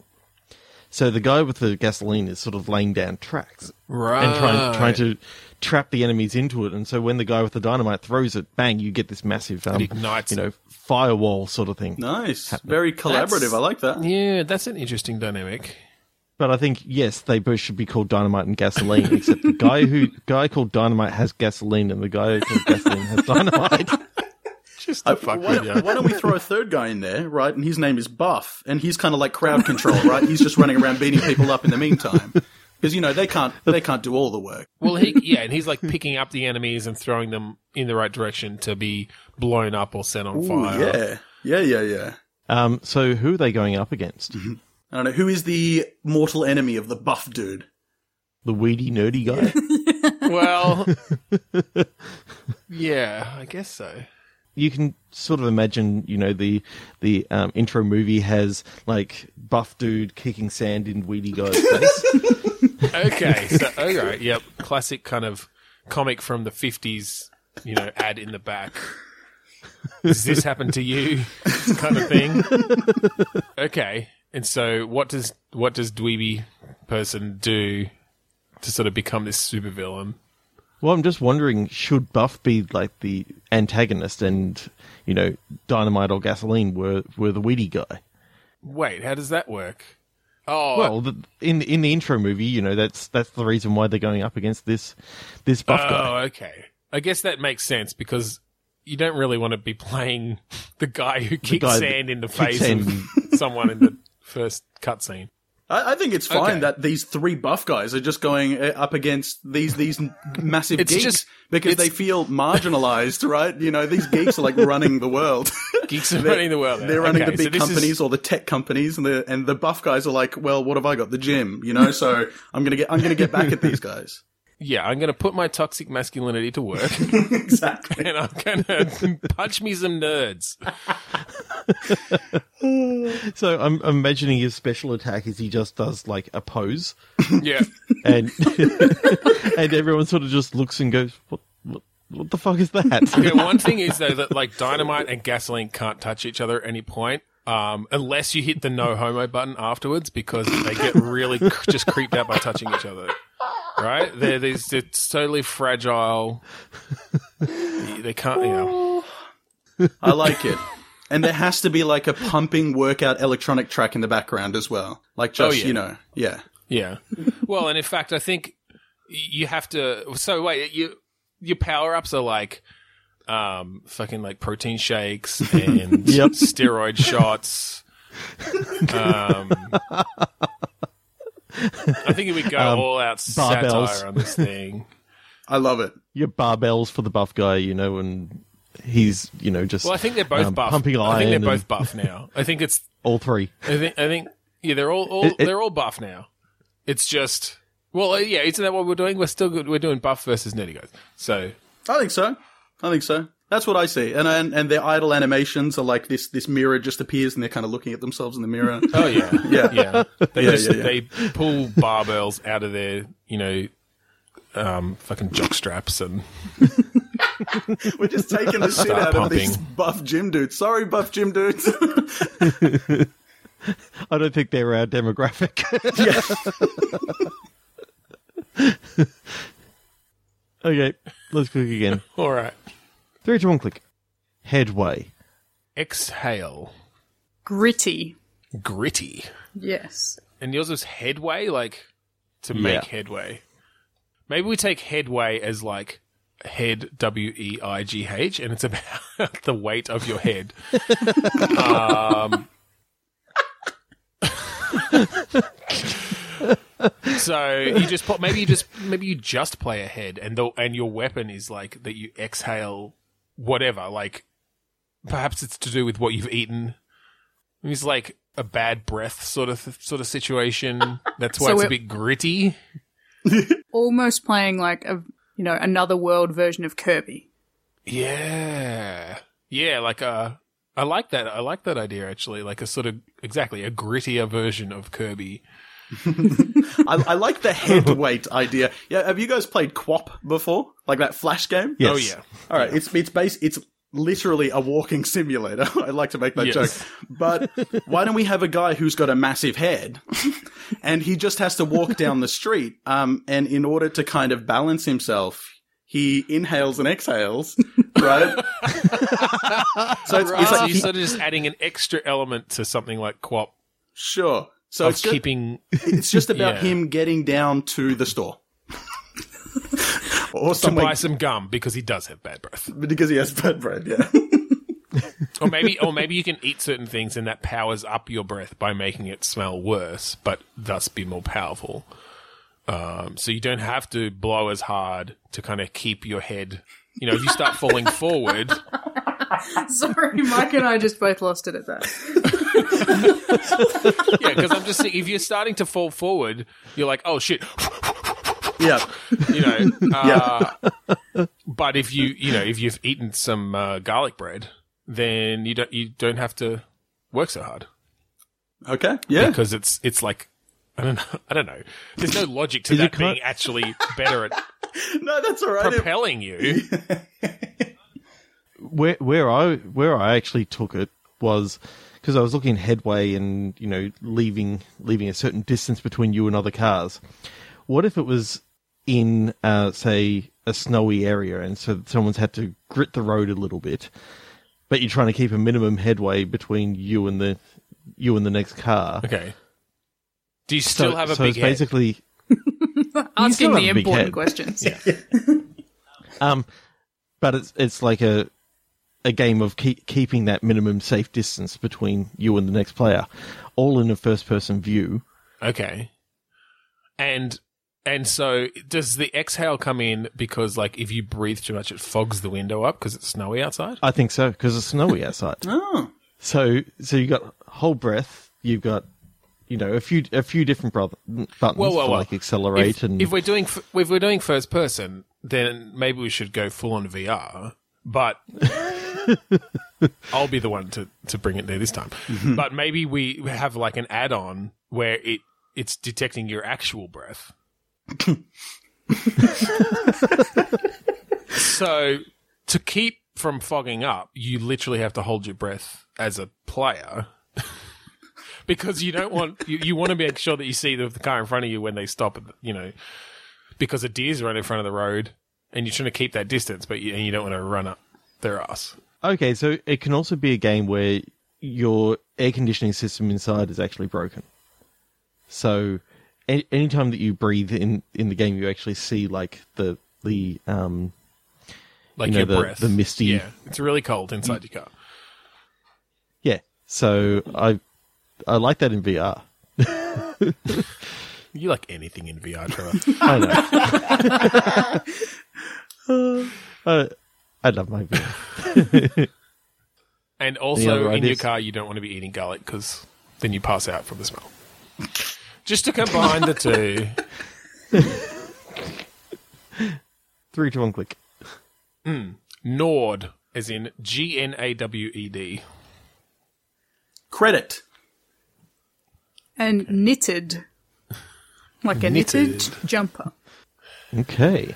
S2: So the guy with the gasoline is sort of laying down tracks
S1: Right.
S2: and trying trying to trap the enemies into it. And so when the guy with the dynamite throws it, bang, you get this massive um,
S1: ignites
S2: you
S1: it.
S2: know firewall sort of thing.
S3: Nice. Very collaborative.
S1: That's-
S3: I like that.
S1: Yeah, that's an interesting dynamic.
S2: But I think yes, they both should be called dynamite and gasoline. except the guy who guy called dynamite has gasoline, and the guy called gasoline has dynamite.
S1: Just
S3: I-
S1: the fuck
S3: Uh, why,
S1: with you.
S3: why don't we throw a third guy in there, right? And his name is Buff, and he's kind of like crowd control, right? He's just running around beating people up in the meantime, because you know they can't they can't do all the work.
S1: Well, he yeah, and he's like picking up the enemies and throwing them in the right direction to be blown up or set on
S3: Ooh,
S1: fire.
S3: yeah, yeah, yeah, yeah.
S2: Um, so who are they going up against?
S3: I don't know who is the mortal enemy of the Buff dude.
S2: The weedy nerdy guy.
S1: Well, yeah, I guess so.
S2: you can sort of imagine, you know, the the um, intro movie has like buff dude kicking sand in weedy guy's face.
S1: Okay, so all right, yep, classic kind of comic from the fifties, you know, ad in the back. Does this happen to you? Kind of thing. Okay, and so what does what does dweeby person do to sort of become this supervillain?
S2: Well, I'm just wondering, should Buff be like the antagonist, and you know, Dynamite or Gasoline were were the weedy guy?
S1: Wait, how does that work? Oh,
S2: Well, the, in in the intro movie, you know, that's that's the reason why they're going up against this this Buff guy.
S1: Oh, okay. I guess that makes sense because you don't really want to be playing [LAUGHS] the guy who kicks
S2: guy that
S1: sand in the [LAUGHS]
S2: kicks
S1: face of someone in the first cutscene.
S3: I, I think it's fine
S1: Okay.
S3: that these three buff guys are just going uh, up against these these n- massive
S1: It's
S3: geeks
S1: just-
S3: because
S1: it's-
S3: they feel marginalized, right? You know, these geeks are like running the world. [LAUGHS]
S1: Geeks are running the world.
S3: They're running
S1: Okay, so
S3: the big
S1: this is-
S3: companies or the tech companies, and the and the buff guys are like, well, what have I got? The gym, you know. So I'm gonna get I'm gonna get back at these guys.
S1: yeah, I'm going to put my toxic masculinity to work,
S3: exactly.
S1: and I'm going to [LAUGHS] punch me some nerds. Uh.
S2: So I'm I'm imagining his special attack is he just does like a pose,
S1: Yeah, [LAUGHS]
S2: and and everyone sort of just looks and goes, what what, what the fuck is that? [LAUGHS]
S1: Okay, [LAUGHS] one thing is though that like dynamite and gasoline can't touch each other at any point. Um, unless you hit the no homo button afterwards because they get really c- just creeped out by touching each other. Right? They're these it's totally fragile. They can't you know.
S3: I like it. And there has to be like a pumping workout electronic track in the background as well. Like just,
S1: Oh, yeah.
S3: you know, yeah.
S2: [LAUGHS]
S1: Yeah. Well, and in fact I think y- you have to so wait, you your power ups are like um fucking like protein
S2: [LAUGHS]
S1: shakes and
S2: Yep.
S1: steroid shots. Um I think we go all out
S2: Um, barbells.
S1: satire on this thing.
S3: I love it.
S2: Your barbells for the buff guy, you know, and he's you know just
S1: Well, I think they're both
S2: um,
S1: buff.
S2: pumping
S1: I think
S2: iron
S1: they're
S2: and
S1: both buff now. I think it's
S2: all three.
S1: I think I think yeah, they're all, all
S2: It- it-
S1: they're all buff now. It's just well, uh, yeah, isn't that what we're doing? We're still good. We're doing buff versus nerdy guys. So
S3: I think so. I think so. That's what I see. And and, and their idle animations are like this this mirror just appears and they're kind of looking at themselves in the mirror.
S1: Oh yeah,
S3: [LAUGHS] Yeah.
S1: yeah. They
S3: Yeah,
S1: just
S3: yeah, yeah.
S1: they pull barbells out of their you know um, fucking jock straps and [LAUGHS]
S3: We're just taking the shit out of these
S1: pumping.
S3: buff gym dudes. Sorry, buff gym dudes. [LAUGHS]
S2: I don't think they're our demographic. [LAUGHS] okay, let's click again.
S1: all right.
S2: Three, two, one, click. Headway.
S1: Exhale,
S4: Gritty.
S1: gritty,
S4: Yes.
S1: and yours was headway, like to make
S2: Yeah.
S1: headway. Maybe we take headway as like head W E I G H, and it's about [LAUGHS] the weight of your head. um, So you just put, maybe you just maybe you just play ahead, and the and your weapon is like that you exhale whatever. Like perhaps it's to do with what you've eaten. It's like a bad breath sort of sort of
S4: [LAUGHS]
S1: situation. That's why
S4: So
S1: it's a
S4: it-
S1: bit gritty.
S4: Almost playing like a you know another world version of Kirby.
S1: Yeah, yeah. Like uh, I like that. I like that idea actually. Like a sort of exactly a grittier version of Kirby.
S3: I, I like the head weight idea. Yeah, have you guys played Quap before? Like that flash game?
S2: Yes.
S1: Oh yeah.
S3: All right, it's it's base it's literally a walking simulator. [LAUGHS] I like to make that
S1: Yes.
S3: joke.
S1: [LAUGHS]
S3: But why don't we have a guy who's got a massive head [LAUGHS] and he just has to walk down the street um and in order to kind of balance himself he inhales and exhales, [LAUGHS] right? so it's, it's
S1: So
S3: like
S1: you're sort of just adding an extra element to something like co-op
S3: sure. So
S1: of
S3: it's just,
S1: keeping
S3: it's just about
S1: yeah.
S3: him getting down to the store. [LAUGHS]
S1: to buy
S3: or somewhere
S1: some gum because he does have bad breath.
S3: because he has bad bread, yeah. [LAUGHS]
S1: Or maybe, or maybe you can eat certain things and that powers up your breath by making it smell worse, but thus be more powerful. Um, so you don't have to blow as hard to kind of keep your head. You know, if you start [LAUGHS] falling forward,
S4: [LAUGHS] Sorry, Mike and I just both lost it at that.
S1: yeah, because I'm just thinking, if you're starting to fall forward, you're like, oh shit, [LAUGHS]
S3: yeah.
S1: you know. Uh, But if you, you know, if you've eaten some uh, garlic bread, then you don't you don't have to work so hard.
S3: Okay. Yeah.
S1: because it's it's like I don't know, [LAUGHS] I don't know. There's no logic to
S2: Is
S1: that
S2: it kind-
S1: being actually
S2: [LAUGHS]
S1: better at
S3: No, that's all right.
S1: propelling you.
S2: Where where I where I actually took it was because I was looking headway and you know leaving leaving a certain distance between you and other cars. What if it was in uh, say a snowy area and so someone's had to grit the road a little bit, but you're trying to keep a minimum headway between you and the you and the next car.
S1: Okay. Do you still
S2: so,
S1: have a
S2: so
S1: big
S2: it's
S1: head?
S2: basically still
S4: Asking
S2: have
S4: the
S2: a big
S4: important
S2: head.
S4: questions.
S2: [LAUGHS]
S1: Yeah.
S2: Um, but it's it's like a a game of keep, keeping that minimum safe distance between you and the next player, all in a first person view.
S1: Okay. And and so does the exhale come in because like if you breathe too much it fogs the window up because it's snowy outside?
S2: I think so because it's
S1: [LAUGHS]
S2: snowy outside.
S3: Oh,
S2: So so you got whole breath. You've got you know a few a few different bro- buttons
S1: Well, well,
S2: for
S1: well.
S2: like accelerate
S1: if,
S2: and
S1: if we're doing f- if we're doing first person, then maybe we should go full on VR. But [LAUGHS] I'll be the one to, to bring it there this time. But maybe we have like an add on where it it's detecting your actual breath. so to keep from fogging up, you literally have to hold your breath as a player because you don't want you, you want to make sure that you see the, the car in front of you when they stop. at the- You know, because a deer's right in front of the road, and you're trying to keep that distance, but you, and you don't want to run up their ass.
S2: okay. So it can also be a game where your air conditioning system inside is actually broken. So a- anytime that you breathe in in the game, you actually see like the the um
S1: Like
S2: You know,
S1: your
S2: the-
S1: breath,
S2: the misty-
S1: Yeah, it's really cold inside your car.
S2: yeah. So I I like that in VR.
S1: You like anything in VR,
S2: [LAUGHS]
S1: Trevor?
S2: I know. [LAUGHS] uh, I love my VR.
S1: and
S2: other
S1: also in your
S2: ideas?
S1: car, you don't want to be eating garlic because then you pass out from the smell. Just to combine the
S2: [LAUGHS]
S1: two,
S2: Three to one click.
S1: Nord, as in G N A W E D.
S3: [LAUGHS] credit.
S4: And knitted. Like a knitted, jumper.
S2: Okay.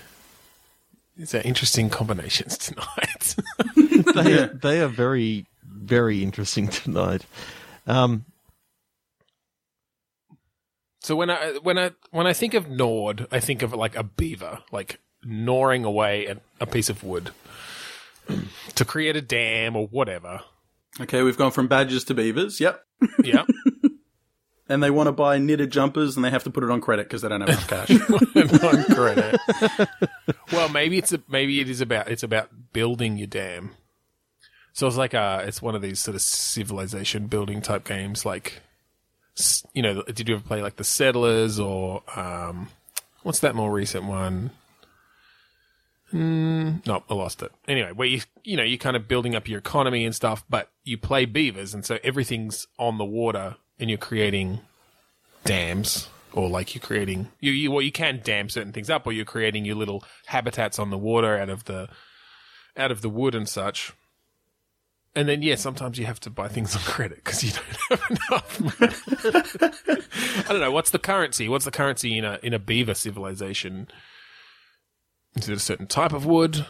S1: These are interesting combinations tonight. [LAUGHS]
S2: they, they are very, very interesting tonight. Um,
S1: So when I when I when I think of Nord, I think of like a beaver, like gnawing away at a piece of wood [CLEARS THROAT] to create a dam or whatever.
S3: Okay, we've gone from badges to beavers. Yep.
S1: Yeah,
S3: And they want to buy knitted jumpers and they have to put it on credit because they don't have enough cash.
S1: on credit. [LAUGHS] well, maybe it's a, maybe it is about it's about building your dam. So it's like a it's one of these sort of civilization building type games. Like, s- you know, did you ever play like the Settlers or um, what's that more recent one? No, I lost it. Anyway, where you you know you're kind of building up your economy and stuff, but you play beavers, and so everything's on the water, and you're creating dams, or like you're creating you, you well you can dam certain things up, or you're creating your little habitats on the water out of the out of the wood and such. And then yeah, sometimes you have to buy things on credit because you don't [LAUGHS] have enough. money. [LAUGHS] I don't know what's the currency. What's the currency in a in a beaver civilization? Is it a certain type of wood?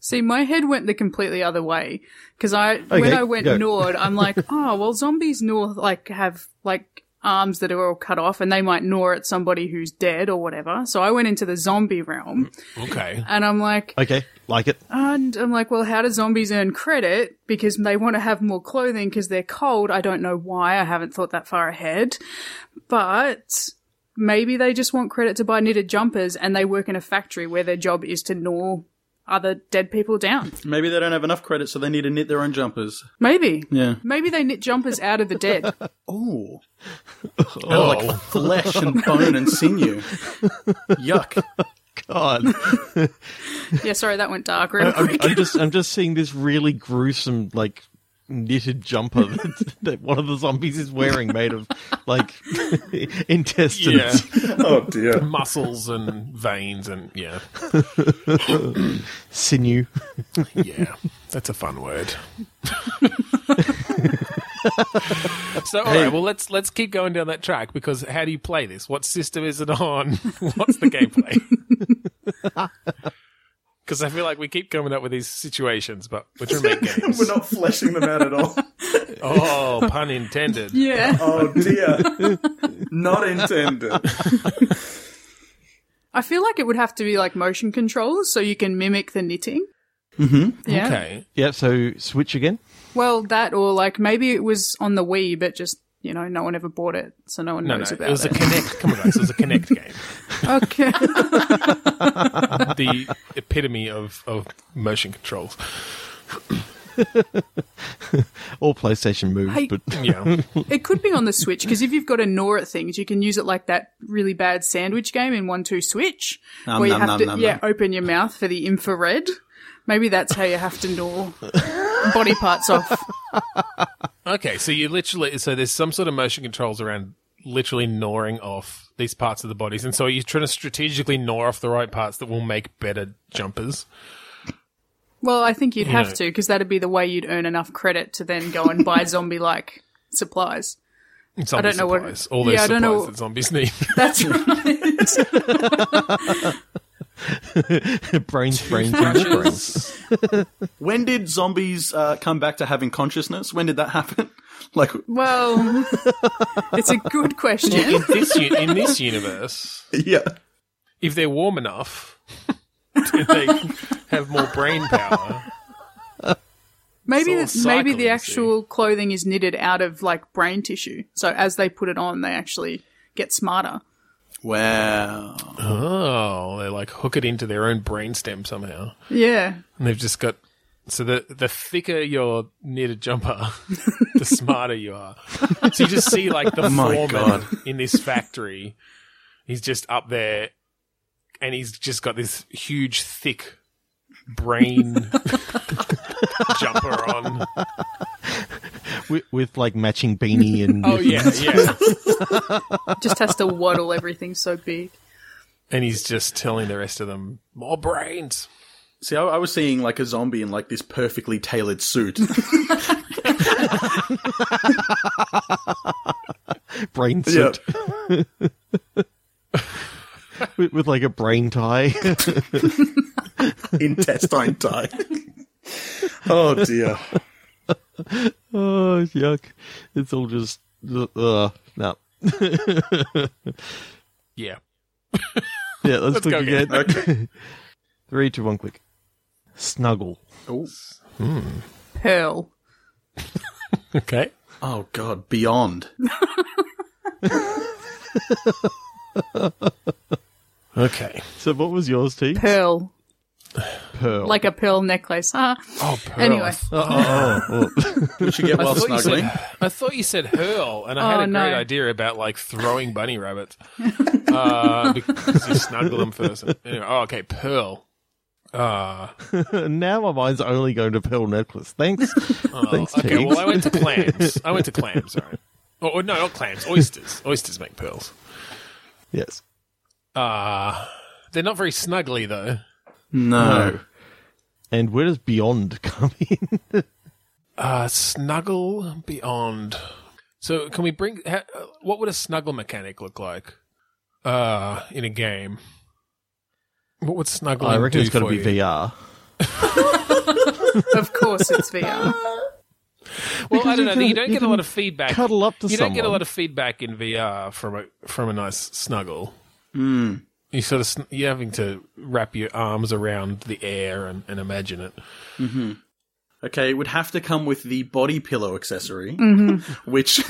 S4: See, my head went the completely other way because I when
S2: Okay,
S4: I went
S2: go.
S4: Nord, [LAUGHS] I'm like, oh well, zombies gnaw like have like arms that are all cut off, and they might gnaw at somebody who's dead or whatever. So I went into the zombie realm,
S1: Okay.
S4: and I'm like,
S2: okay, like it.
S4: and I'm like, well, how do zombies earn credit? Because they want to have more clothing because they're cold. I don't know why. I haven't thought that far ahead, but. Maybe they just want credit to buy knitted jumpers and they work in a factory where their job is to gnaw other dead people down.
S3: [LAUGHS] Maybe they don't have enough credit, so they need to knit their own jumpers.
S4: Maybe.
S3: Yeah.
S4: Maybe they knit jumpers out of the dead.
S3: Oh.
S1: Oh,
S3: Like flesh and bone and sinew. Yuck.
S2: God,
S4: yeah, sorry, that went dark real quick.
S2: I'm just, I'm just seeing this really gruesome, like knitted jumper [LAUGHS] that, that one of the zombies is wearing, made of like [LAUGHS] intestines.
S1: yeah,
S3: Oh
S1: [LAUGHS]
S3: dear.
S1: muscles and veins and yeah,
S2: sinew.
S1: yeah. That's a fun word. [LAUGHS] so all right, well let's let's keep going down that track because how do you play this? What system is it on? [LAUGHS] What's the gameplay? [LAUGHS] Because I feel like we keep coming up with these situations, but we're trying to [LAUGHS] make games.
S3: [LAUGHS] We're not fleshing them out at all.
S1: oh, pun intended.
S4: Yeah.
S3: Oh dear. not intended.
S4: I feel like it would have to be like motion controls so you can mimic the knitting. Mm-hmm. Yeah.
S1: Okay.
S2: Yeah. So switch again.
S4: Well, that or like maybe it was on the Wii, but just, you know, no one ever bought it. So no one
S1: No, no,
S4: knows
S1: it
S4: about
S1: was a
S4: it.
S1: connect. Come on, guys, it was a [LAUGHS] connect game.
S4: okay. [LAUGHS]
S1: The epitome of of motion controls.
S2: Or PlayStation Move,
S4: Hey.
S2: but
S1: Yeah.
S4: It could be on the Switch because if you've got a gnaw at things, you can use it like that really bad sandwich game in One Two Switch,
S3: Nom,
S4: where you
S3: nom,
S4: have
S3: nom,
S4: to
S3: nom,
S4: yeah
S3: nom.
S4: open your mouth for the infrared. Maybe that's how you have to gnaw body parts off.
S1: Okay, so you literally so there's some sort of motion controls around literally gnawing off these parts of the bodies, and so you're trying to strategically gnaw off the right parts that will make better jumpers.
S4: Well, I think you'd have
S1: Yeah.
S4: to because that'd be the way you'd earn enough credit to then go and buy zombie like supplies.
S1: Zombie
S4: don't know what-
S1: supplies, all those
S4: yeah, I
S1: supplies
S4: don't know-
S1: that
S4: [LAUGHS]
S1: zombies need.
S4: That's right.
S2: [LAUGHS] brains, brains, brains, brains.
S3: When did zombies uh, come back to having consciousness? When did that happen? [LAUGHS] Like,
S4: well, it's a good question.
S1: in this u- in this universe,
S3: yeah.
S1: if they're warm enough, [LAUGHS] if they have more brain power.
S4: Maybe
S1: all
S4: the, maybe
S1: cycling, see.
S4: the actual clothing is knitted out of like brain tissue. So as they put it on, they actually get smarter.
S3: Wow.
S1: Oh, they like hook it into their own brainstem somehow,
S4: Yeah.
S1: and they've just got. So the the thicker your knitted jumper, [LAUGHS] the smarter you are. So you just see like
S3: [LAUGHS]
S1: the
S3: Oh My
S1: foreman
S3: God.
S1: in this factory. He's just up there, and he's just got this huge, thick brain [LAUGHS] jumper on.
S2: with, with like matching beanie and
S1: Oh yeah, yeah.
S4: Just has to waddle [LAUGHS] everything so big.
S1: [LAUGHS] And he's just telling the rest of them more brains.
S3: See, I, I was seeing like a zombie in like this perfectly tailored suit.
S2: brain
S3: Yeah.
S1: [LAUGHS]
S2: suit with, with like a brain tie. [LAUGHS]
S3: Intestine tie. [LAUGHS] oh dear.
S2: oh yuck! It's all just uh, no.
S1: Yeah.
S2: Yeah, let's, click
S1: go again.
S2: again. [LAUGHS] Three, two, one, click. Snuggle.
S3: Oh.
S4: Pearl.
S1: Okay.
S3: Oh god,
S1: [LAUGHS]
S3: beyond.
S1: Okay.
S2: So what was yours, T?
S4: Pearl.
S2: Pearl.
S4: Like a pearl necklace. Ah.
S1: Oh, Pearl.
S4: Anyway.
S2: Oh,
S3: We should get while
S1: I thought you
S3: snuggling.
S1: said- [LAUGHS] I thought you said hurl, and I
S4: Oh,
S1: had a great
S4: no.
S1: idea about like throwing bunny
S4: [LAUGHS]
S1: rabbits. Uh, because you snuggle them first. Anyway, oh, okay, pearl. Uh,
S2: [LAUGHS] now my mind's only going to pearl necklace. Thanks, thanks, T.
S1: Oh, okay, well, I
S2: [LAUGHS]
S1: went to clams. I went to clams, sorry. Or, or no, not clams, oysters. Oysters make pearls.
S2: yes.
S1: Uh, they're not very snuggly, though.
S3: No.
S2: And where does beyond come in?
S1: Uh, snuggle beyond. So, can we bring. Ha, uh, what would a snuggle mechanic look like uh, in a game? What would snuggle
S2: Oh, I reckon it's got
S1: got
S2: to be VR.
S4: Of course it's
S1: Well,
S4: VR.
S1: I
S2: Because you
S1: don't know. you
S2: can-
S1: don't
S2: you
S1: get a lot
S2: can
S1: of feedback.
S2: cuddle up to
S1: you don't get a
S2: someone.
S1: lot of feedback in VR from a from a nice snuggle.
S3: Mm.
S1: You sort of sn- you're having to wrap your arms around the air and, and imagine it.
S3: Okay, it would have to come with the body pillow accessory,
S1: Mm-hmm.
S3: [LAUGHS] which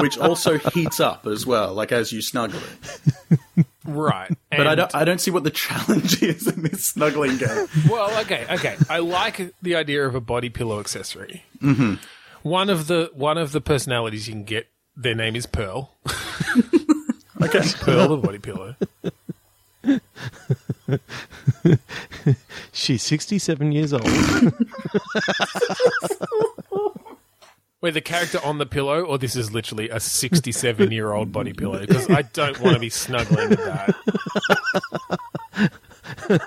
S3: which also heats up as well, like as you snuggle it.
S1: Right,
S3: [LAUGHS] But I don't I don't see what the challenge [LAUGHS] is in this snuggling game.
S1: Well, okay, okay. I like the idea of a body pillow accessory. Mm-hmm. One of the one of the personalities you can get. Their name is Pearl.
S3: Okay.
S1: Pearl the body
S3: [LAUGHS]
S1: pillow.
S2: She's sixty-seven years old.
S1: Wait, the character on the pillow, or this is literally a 67 year old body pillow? Because I don't want to be snuggling with that.
S2: [LAUGHS] I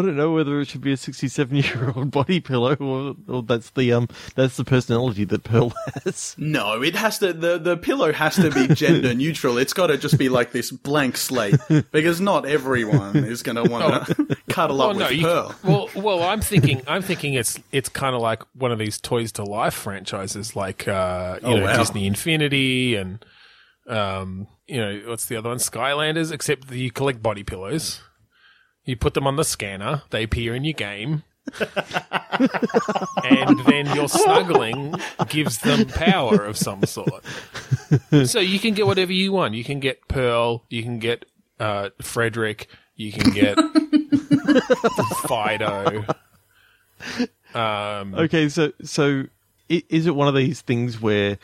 S2: don't know whether it should be a 67 year old [LAUGHS] body pillow or, or that's the um that's the personality that Pearl [LAUGHS] has.
S3: No, it has to the, the pillow has to be gender neutral. It's gotta just be like this blank slate. Because not everyone is gonna wanna cuddle up with
S1: Oh. you-
S3: Pearl.
S1: well, well, I'm thinking, I'm thinking it's it's kind of like one of these Toys to Life franchises, like uh, you
S3: Oh,
S1: know
S3: wow.
S1: Disney Infinity and um, you know what's the other one, Skylanders. Except that you collect body pillows, you put them on the scanner, they appear in your game.
S3: [LAUGHS]
S1: and then your snuggling gives them power of some sort. So you can get whatever you want. You can get Pearl, you can get uh, Frederick, you can get Fido. Um,
S2: Okay, so so i- is it one of these things where,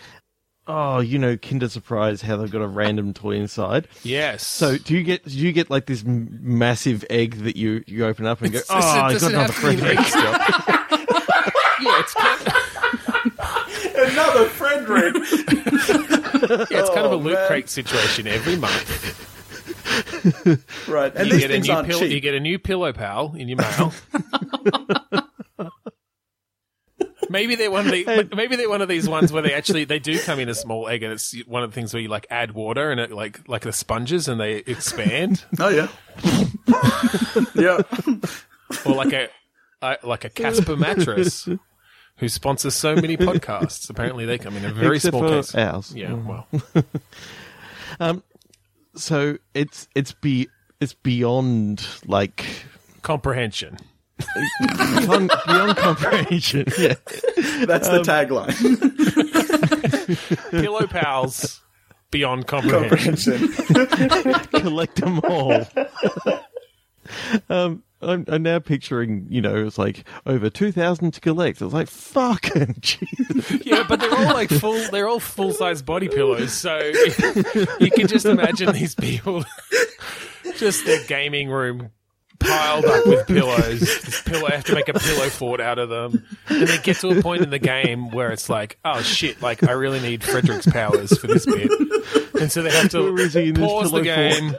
S2: oh, you know, Kinder Surprise, how they've got a random toy inside?
S1: yes.
S2: So do you get do you get like this m- massive egg that you you open up and go, oh, I got another friend egg. [LAUGHS]
S1: yeah, it's kind of,
S3: [LAUGHS] Another friend ring.
S1: yeah, it's kind of a
S3: Oh,
S1: loot
S3: man.
S1: crate situation every month.
S3: right. And
S1: You
S3: these
S1: get, a
S3: things
S1: new
S3: aren't
S1: pillow,
S3: cheap.
S1: you get a new pillow pal in your mail. [LAUGHS] Maybe they're one of the, maybe they're one of these ones where they actually they do come in a small egg and it's one of the things where you like add water and it like like the sponges and they expand
S3: Oh [LAUGHS] yeah. yeah.
S1: or like a, a like a Casper mattress who sponsors so many podcasts. Apparently they come in a very
S2: Except
S1: small
S2: for
S1: case.
S2: ours.
S1: Yeah, well,
S2: So it's it's be it's beyond like [LAUGHS]
S1: comprehension.
S2: beyond, beyond comprehension. Yeah.
S3: That's the [LAUGHS] tagline.
S1: Pillow pals beyond comprehension.
S2: [LAUGHS] collect them
S4: [LAUGHS]
S2: all. um, I'm, I'm now picturing, you know, it's like over two thousand to collect. It's like [LAUGHS] fucking Jesus.
S1: Yeah, but they're all like full. They're all full size body pillows. So you can just imagine these people, [LAUGHS] just their gaming room piled up with pillows. This pillow, I have to make a pillow fort out of them. And they get to a point in the game where it's like, oh shit, like I really need Frederick's powers for this bit. And so they have to
S2: Where is he in this
S1: pause the
S2: pillow
S1: game.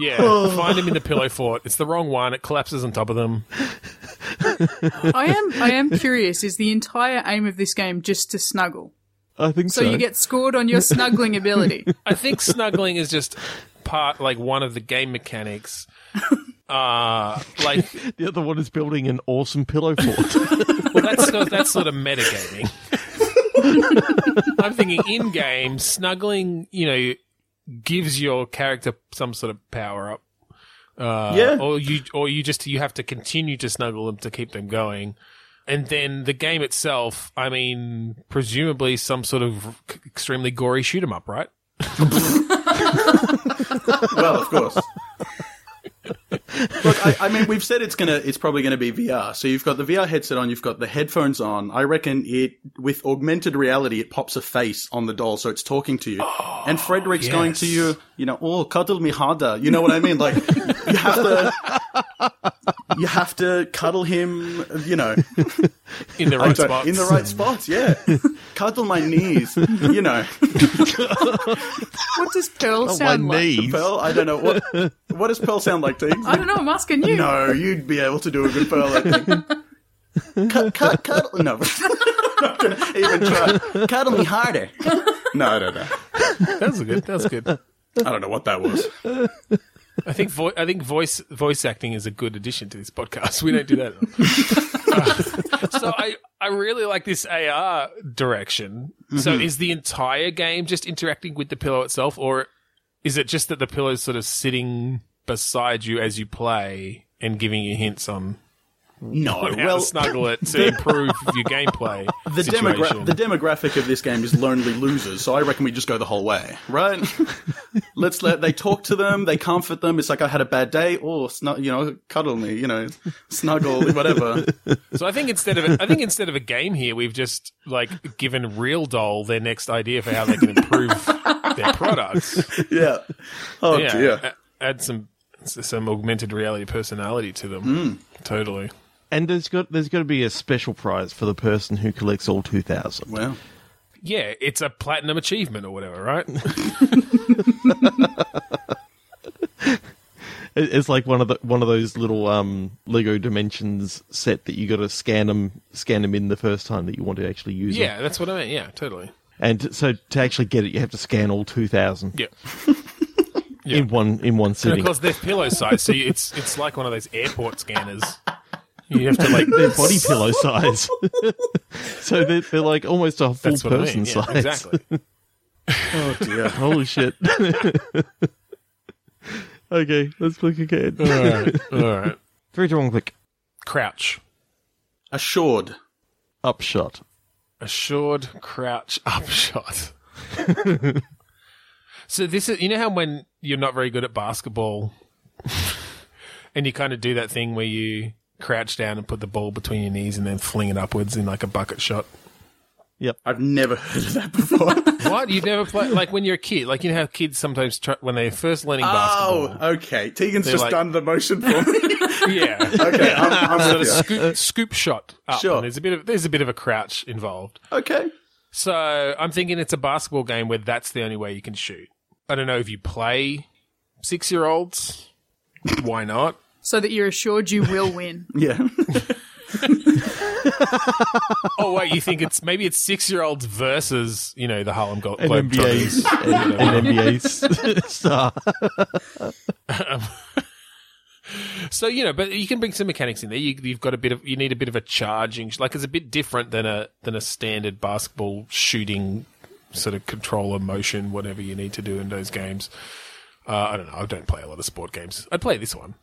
S1: Yeah, find him in the pillow fort. It's the wrong one. It collapses on top of them.
S4: I am I am curious. Is the entire aim of this game just to snuggle?
S2: I think
S4: So you get scored on your snuggling ability.
S1: I think snuggling is just part like one of the game mechanics. Uh like
S2: the other one is building an awesome pillow fort.
S1: well that's sort of, that's sort of metagaming. I'm thinking in game, snuggling, you know, gives your character some sort of power up. Uh,
S3: Yeah.
S1: or you or you just you have to continue to snuggle them to keep them going. And then the game itself, I mean, presumably some sort of extremely gory shoot 'em up, right?
S3: well, of course. Look, I, I mean, we've said it's gonna, it's probably gonna be VR. So you've got the VR headset on, you've got the headphones on. I reckon it, with augmented reality, it pops a face on the doll, so it's talking to you. and Frederick's going to
S1: yes.
S3: you, you know, oh, cuddle me harder. You know what I mean? Like, you have to, you have to cuddle him, you know,
S1: In the right spot.
S3: in the right spots. Yeah, cuddle my knees. You know.
S4: What does Pearl
S2: My
S4: [LAUGHS] sound like?
S2: knees.
S3: Pearl, I don't know what. What does Pearl sound like to you?
S4: I don't know. I'm asking you.
S3: No, you'd be able to do a good Pearl. I think. cut, cut, cuddle. No, [LAUGHS] not gonna even try. Cuddle me harder. No, I don't know.
S1: [LAUGHS] That was good. That was good.
S3: I don't know what that was.
S1: I think vo- I think voice voice acting is a good addition to this podcast. We don't do that.
S3: [LAUGHS]
S1: Uh, so I I really like this AR direction. So
S3: Mm-hmm.
S1: is the entire game just interacting with the pillow itself, or is it just that the pillow is sort of sitting beside you as you play and giving you hints on
S3: No,
S1: how
S3: well,
S1: to snuggle it
S3: [LAUGHS]
S1: to improve your gameplay?
S3: the, demogra-
S1: situation?
S3: the demographic of this game is lonely losers, so I reckon we just go the whole way, right? [LAUGHS] Let's let they talk to them, they comfort them. It's like I had a bad day, or snu- you know, cuddle me, you know, snuggle, whatever.
S1: So I think instead of a, I think instead of a game here, we've just like given Real Doll their next idea for how they can improve their products.
S3: [LAUGHS] Yeah.
S1: [LAUGHS]
S3: Oh
S1: yeah,
S3: dear.
S1: a- add some s- some augmented reality personality to them.
S2: Hmm.
S1: Totally.
S2: And there's got there's got to be a special prize for the person who collects all two thousand.
S3: Well,
S1: Yeah, it's a platinum achievement or whatever,
S2: [LAUGHS]
S1: right?
S2: It's like one of the one of those little um, Lego Dimensions set that you got to scan them scan them in the first time that you want to actually use them.
S1: yeah, that's what I meant. Yeah, totally.
S2: And so to actually get it, you have to scan all two thousand [LAUGHS]
S1: Yeah.
S2: in one in
S1: And
S2: one
S1: of
S2: sitting.
S1: course, they're pillow size, so you- it's it's like one of those airport scanners. You have to like
S2: [LAUGHS] They're
S1: [LAUGHS]
S2: body pillow size, [LAUGHS] so they're, they're like almost a full
S1: that's what I
S2: person
S1: mean. Yeah,
S2: size.
S1: exactly.
S3: oh dear.
S2: Holy shit. [LAUGHS] okay, let's click again.
S1: All right. All right.
S2: Three to one click.
S1: Crouch.
S3: Assured.
S2: Upshot.
S1: Assured crouch [LAUGHS] upshot. so this is you know how when you're not very good at basketball [LAUGHS] and you kind of do that thing where you crouch down and put the ball between your knees and then fling it upwards in like a bucket shot.
S3: I've never heard of that before.
S1: What you've never played? Like when you're a kid, like you know how kids sometimes try, when they're first learning
S3: oh,
S1: basketball.
S3: okay. Tegan's
S1: They're
S3: just
S1: like-
S3: done the motion for
S1: [LAUGHS]
S3: me. [LAUGHS]
S1: Yeah,
S3: okay, I'm, I'm
S1: sort of
S3: with you.
S1: scoop, scoop shot. Up
S3: Sure.
S1: and there's a bit of there's a bit of a crouch involved. [LAUGHS]
S3: Okay.
S1: So I'm thinking it's a basketball game where that's the only way you can shoot. I don't know if you play six year olds. Why not?
S4: so that you're assured you will win.
S1: [LAUGHS]
S3: Yeah.
S1: Oh wait, you think it's maybe it's six year olds versus you know the Harlem Gold
S2: an NBA,
S1: Globetrotters.
S2: an, an NBA s- [LAUGHS] star.
S1: So you know, but you can bring some mechanics in there. You, you've got a bit of you need a bit of a charging. Like it's a bit different than a than a standard basketball shooting sort of controller motion, whatever you need to do in those games. Uh, I don't know. I don't play a lot of sport games. I play this one.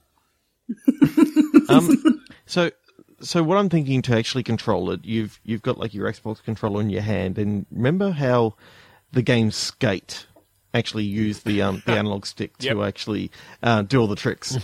S2: Um, so, so what I'm thinking to actually control it, you've you've got like your Xbox controller in your hand, and remember how the game Skate actually used the um,
S1: [LAUGHS]
S2: the analog stick to
S1: Yep. Mm-hmm.
S2: actually uh, do all the tricks.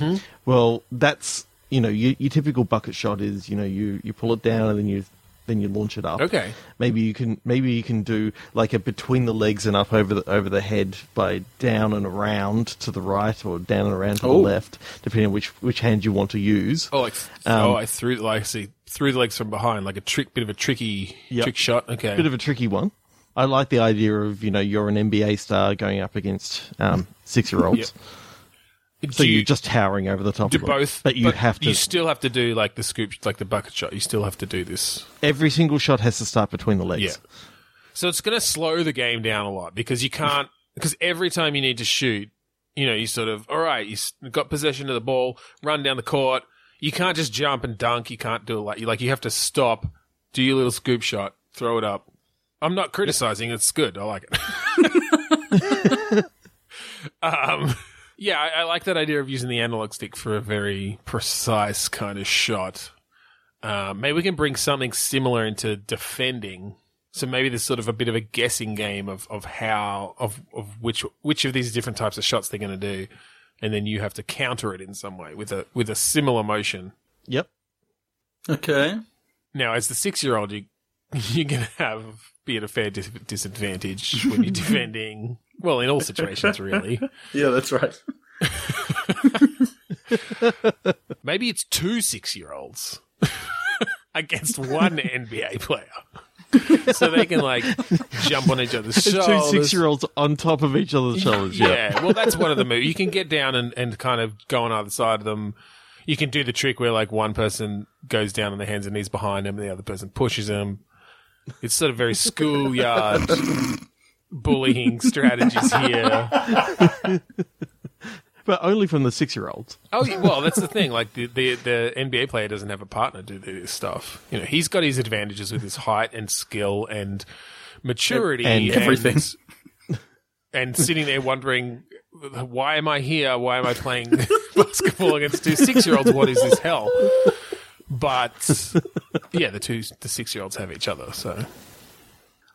S2: Well, that's you know your, your typical bucket shot is you know you you pull it down and then you then you launch it up.
S1: Okay.
S2: Maybe you can maybe you can do like a between the legs and up over the over the head by down and around to the right or down and around to the
S3: Oh.
S2: left, depending on which which hand you want to use.
S1: Oh, like
S2: Um,
S1: oh, I threw like I see threw the legs from behind, like a trick, bit of a tricky
S2: Yep.
S1: trick shot. Okay,
S2: bit of a tricky one. I like the idea of you know you're an NBA star going up against um, six year olds, so
S1: do
S2: you,
S1: you
S2: are just towering over the top.
S1: do
S2: of them.
S1: both,
S2: but you have to.
S1: You still have to do like the scoop, like the bucket shot. You still have to do this.
S2: every single shot has to start between the legs.
S1: Yeah. So it's going to slow the game down a lot because you can't [LAUGHS] because every time you need to shoot, you know, you sort of all right, you s- got possession of the ball, run down the court. You can't just jump and dunk. You can't do it like you like. You have to stop, do your little scoop shot, throw it up. I'm not criticizing. It's good. I like it. um, yeah, I, I like that idea of using the analog stick for a very precise kind of shot. Uh, maybe we can bring something similar into defending. So maybe there's sort of a bit of a guessing game of, of how of, of which which of these different types of shots they're going to do, and then you have to counter it in some way with a with a similar motion.
S2: Yep.
S3: Okay.
S1: Now, as the six year old, you [LAUGHS] you're going to have be at a fair dis- disadvantage when you're defending. Well, in all situations, really.
S3: Yeah, that's right.
S1: Maybe it's two six year olds [LAUGHS] against one NBA player. so they can like jump on each other's
S2: It's
S1: shoulders.
S2: two six year olds on top of each other's shoulders. Yeah.
S1: well, that's one of the moves. You can get down and, and kind of go on either side of them. You can do the trick where like one person goes down on their hands and knees behind them, and the other person pushes them. It's sort of very schoolyard bullying strategies here.
S2: but only from the six year olds.
S1: Oh yeah, well, that's the thing. Like the, the the NBA player doesn't have a partner to do this stuff. You know, he's got his advantages with his height and skill and maturity
S2: And
S3: everything.
S1: [LAUGHS] And sitting there wondering, why am I here? Why am I playing [LAUGHS] basketball against two six year olds? What is this hell? But yeah, the two the six year olds have each other. So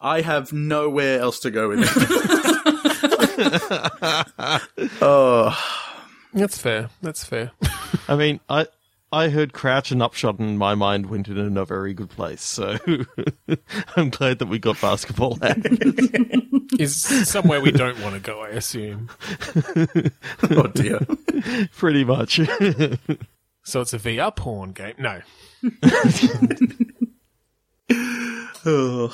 S3: I have nowhere else to go with
S1: [LAUGHS]
S3: it. oh,
S1: that's fair. That's fair.
S2: I mean, I I heard crouch and upshot, and my mind went in a very good place. So [LAUGHS] I'm glad that we got basketball. [LAUGHS] out.
S1: Is somewhere we don't want to go. I assume.
S3: oh dear.
S2: Pretty much. [LAUGHS]
S1: So it's a VR porn game. No.
S3: Oh.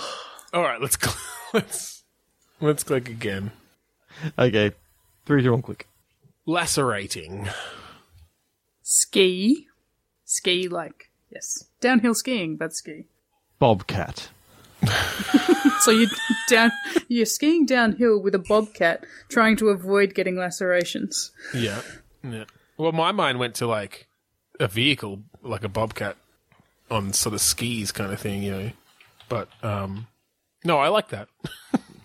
S1: All right, let's [LAUGHS] cl- let's let's click again.
S2: okay. Three, two, one, click.
S1: Lacerating.
S4: Ski. Ski like yes. Downhill skiing, but ski.
S2: Bobcat.
S4: So you down you're skiing downhill with a bobcat trying to avoid getting lacerations.
S1: Yeah. Yeah. Well, my mind went to like a vehicle, like a bobcat
S4: Oh,
S1: on sort of skis kind of thing, you know. But um no, I like that.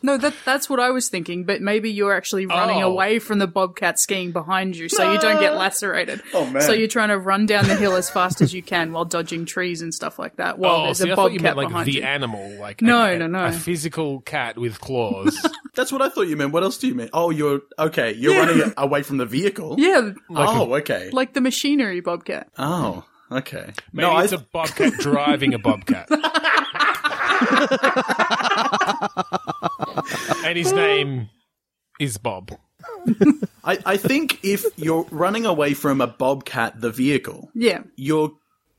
S4: No, that that's what I was thinking, but maybe you're actually running
S1: Oh.
S4: away from the bobcat skiing behind you so you don't get lacerated.
S3: Oh, man.
S4: So you're trying to run down the hill as fast as you can while dodging trees and stuff like that while
S1: oh,
S4: there's
S1: see,
S4: a
S1: I thought you
S4: bobcat
S1: meant like
S4: behind
S1: the
S4: you.
S1: animal, like
S4: No,
S1: a, a-
S4: no, no.
S1: a physical cat with
S4: [LAUGHS]
S1: claws.
S3: That's what I thought you meant. What else do you mean? Oh, you're okay. You're
S4: Yeah.
S3: running away from the vehicle.
S4: yeah,
S3: oh, okay.
S4: like the machinery bobcat.
S3: oh, okay.
S1: Maybe
S3: no, I,
S1: it's a
S4: [LAUGHS]
S1: bobcat driving a bobcat. and his name is Bob.
S3: I, I think if you're running away from a bobcat, the vehicle,
S4: Yeah.
S3: you're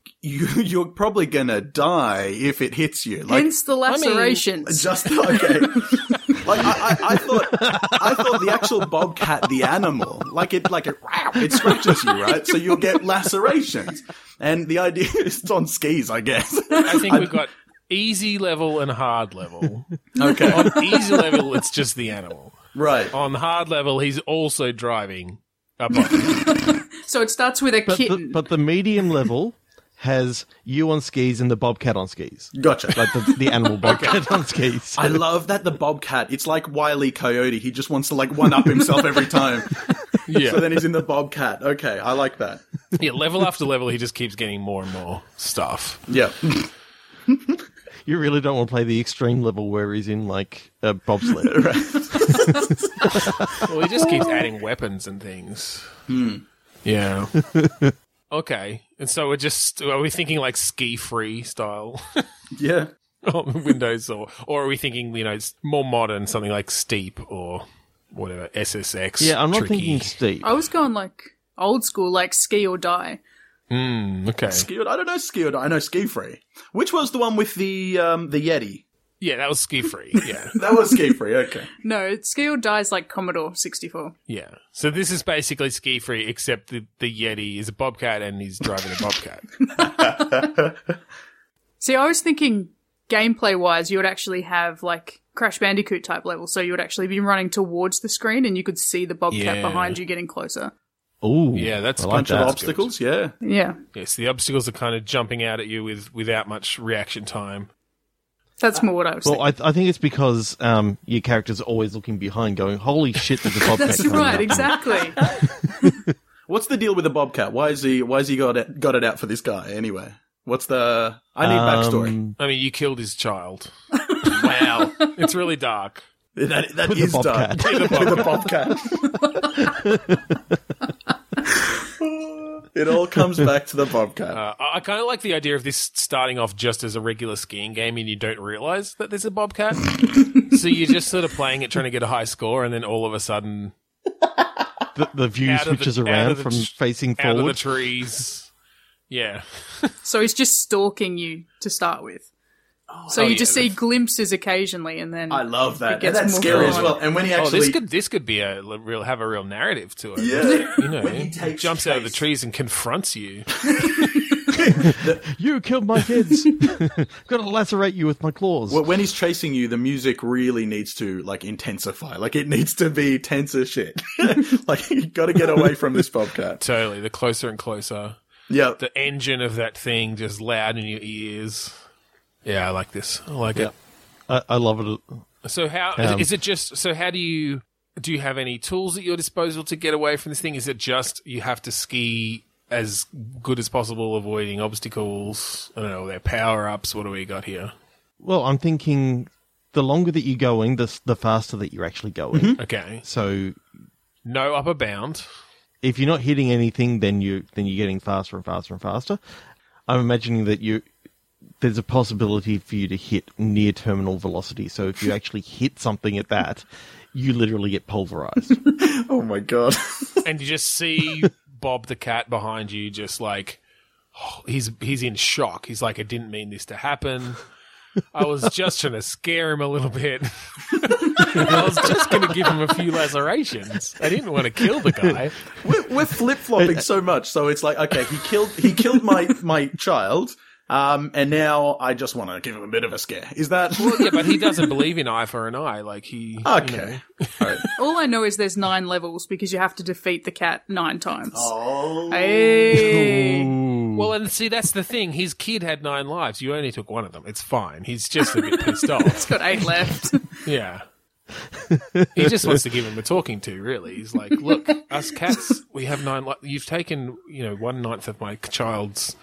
S3: [LAUGHS] you, you're probably gonna die if it hits you. Like
S4: Hence the lacerations. [LAUGHS]
S3: just okay. like I, I, I thought, I thought the actual bobcat, the animal, like it, like it, it scratches you, right? So you'll get lacerations. And the idea [LAUGHS] is it's on skis, I guess.
S1: I think we've got easy level and hard level.
S3: okay,
S1: On easy level, it's just the animal.
S3: right.
S1: On hard level, he's also driving a bobcat.
S4: so it starts with a
S2: But the,
S4: kitten.
S2: but the medium level has you on skis and the bobcat on skis.
S3: Gotcha.
S2: Like the, the
S1: [LAUGHS]
S2: animal bobcat on skis.
S3: I love that the bobcat. It's like Wiley Coyote. He just wants to like one up himself every time.
S1: [LAUGHS] Yeah.
S3: So then he's in the bobcat. Okay, I like that.
S1: yeah, level after level, he just keeps getting more and more stuff.
S3: Yeah.
S2: You really don't want to play the extreme level where he's in like
S1: [LAUGHS]
S2: a bobsled.
S1: Well, he just keeps adding weapons and things. [LAUGHS] Yeah. okay. And so we're just, are we thinking like ski free style?
S3: [LAUGHS]
S1: [LAUGHS]
S3: Yeah.
S1: on Windows, or or are we thinking you know it's more modern, something like Steep or whatever SSX?
S2: yeah, I'm not
S1: tricky.
S2: thinking steep.
S4: I was going like old school, like ski or die.
S1: Mm, okay,
S3: Skiod. I don't know Skiod. I know Ski Free. Which was the one with the um the Yeti?
S1: yeah, that was ski
S3: [LAUGHS]
S1: free. Yeah,
S3: That was Ski Free. Okay.
S4: No, ski or die is like Commodore 64.
S1: yeah. So this is basically ski free, except the the Yeti is a bobcat and he's driving a
S3: [LAUGHS]
S1: bobcat.
S4: See, I was thinking gameplay wise, you would actually have like Crash Bandicoot type level, so you would actually be running towards the screen and you could see the bobcat
S1: Yeah.
S4: behind you getting closer.
S2: Ooh,
S1: Oh, Yeah, that's
S2: I
S1: a
S2: like
S3: Bunch of
S2: that.
S3: obstacles. Yeah.
S4: Yeah.
S1: yes, the obstacles are kind of jumping out at you with without much reaction time.
S4: That's more what I was
S2: Well,
S4: thinking.
S2: I, th- I think it's because um, your character's always looking behind, going, "Holy
S1: [LAUGHS]
S2: shit, there's a bobcat!" [LAUGHS]
S4: That's
S2: coming
S4: right,
S2: up."
S4: exactly.
S3: What's the deal with the bobcat? Why is he? Why has he got it? Got it out for this guy anyway? What's the? I need backstory.
S2: Um,
S1: I mean, you killed his child.
S3: [LAUGHS] Wow.
S1: It's really dark.
S3: That that
S2: With the
S3: is [LAUGHS] dark.
S2: bobcat.
S3: With the bobcat. it all comes back to the bobcat.
S1: Uh, I, I kind of like the idea of this starting off just as a regular skiing game and you don't realize that there's a
S3: [LAUGHS]
S1: bobcat. so you're just sort of playing it, trying to get a high score, and then all of a sudden,
S2: the, the view
S1: Out of the-
S2: switches
S1: out of
S2: around
S1: the
S2: from
S1: tr-
S2: facing
S1: out of the
S2: forward.
S1: trees. Yeah.
S4: so he's just stalking you to start with. So
S1: Oh,
S4: you
S1: yeah,
S4: just see
S1: that's-
S4: glimpses occasionally and then
S3: I love that. And
S4: gets
S3: that's
S4: more
S3: scary
S4: fun.
S3: as well. And when he
S1: Oh,
S3: actually,
S1: this could this could be a l- real have a real narrative to it.
S3: [LAUGHS] yeah,
S1: You know,
S3: When he
S1: it
S3: takes
S1: jumps out of the
S3: chase.
S1: trees and confronts you.
S2: You killed
S1: [LAUGHS]
S2: my kids. [LAUGHS] Got to lacerate you with my claws.
S3: Well, when he's chasing you, the music really needs to like intensify. Like it needs to be tense as shit. [LAUGHS] like you got to get away from this bobcat.
S1: Totally, the closer and closer,
S3: Yeah,
S1: the engine of that thing just loud in your ears. Yeah, I like this. I like it.
S2: I, I love it.
S1: So how is is it just so how do you do you have any tools at your disposal to get away from this thing? Is it just you have to ski as good as possible, avoiding obstacles? I don't know, their power ups, what do we got here?
S2: Well, I'm thinking the longer that you're going, the s- the faster that you're actually going.
S1: Mm-hmm. Okay.
S2: So
S1: No upper bound.
S2: if you're not hitting anything, then you then you're getting faster and faster and faster. I'm imagining that you there's a possibility for you to hit near terminal velocity. So
S1: [LAUGHS]
S2: if you actually hit something at that, you literally get
S1: [LAUGHS]
S2: pulverized.
S3: Oh my god.
S1: And you just see Bob the cat behind you just like oh, he's he's in shock. He's like, I didn't mean this to happen. I was just trying to scare him a little bit. [LAUGHS] I was just going to give him a few lacerations. I didn't want to kill the guy.
S3: we're, we're flip flopping so much. So it's like, okay, he killed he killed my my child. Um, and now I just want to give him a bit of a scare. Is that
S1: Well, yeah, but he doesn't believe in eye for an eye. Like he. you know.
S3: [LAUGHS] okay?
S1: [LAUGHS]
S4: all I know is there's nine levels because you have to defeat the cat nine times.
S3: Oh,
S4: Hey.
S1: Well, and see, that's the thing. His kid had nine lives. You only took one of them. It's fine. He's just a bit pissed off.
S4: It's got eight left.
S1: Yeah. He just wants to give him a talking to, really. He's like, look, us cats, we have nine. Li- you've taken, you know, one ninth of my child's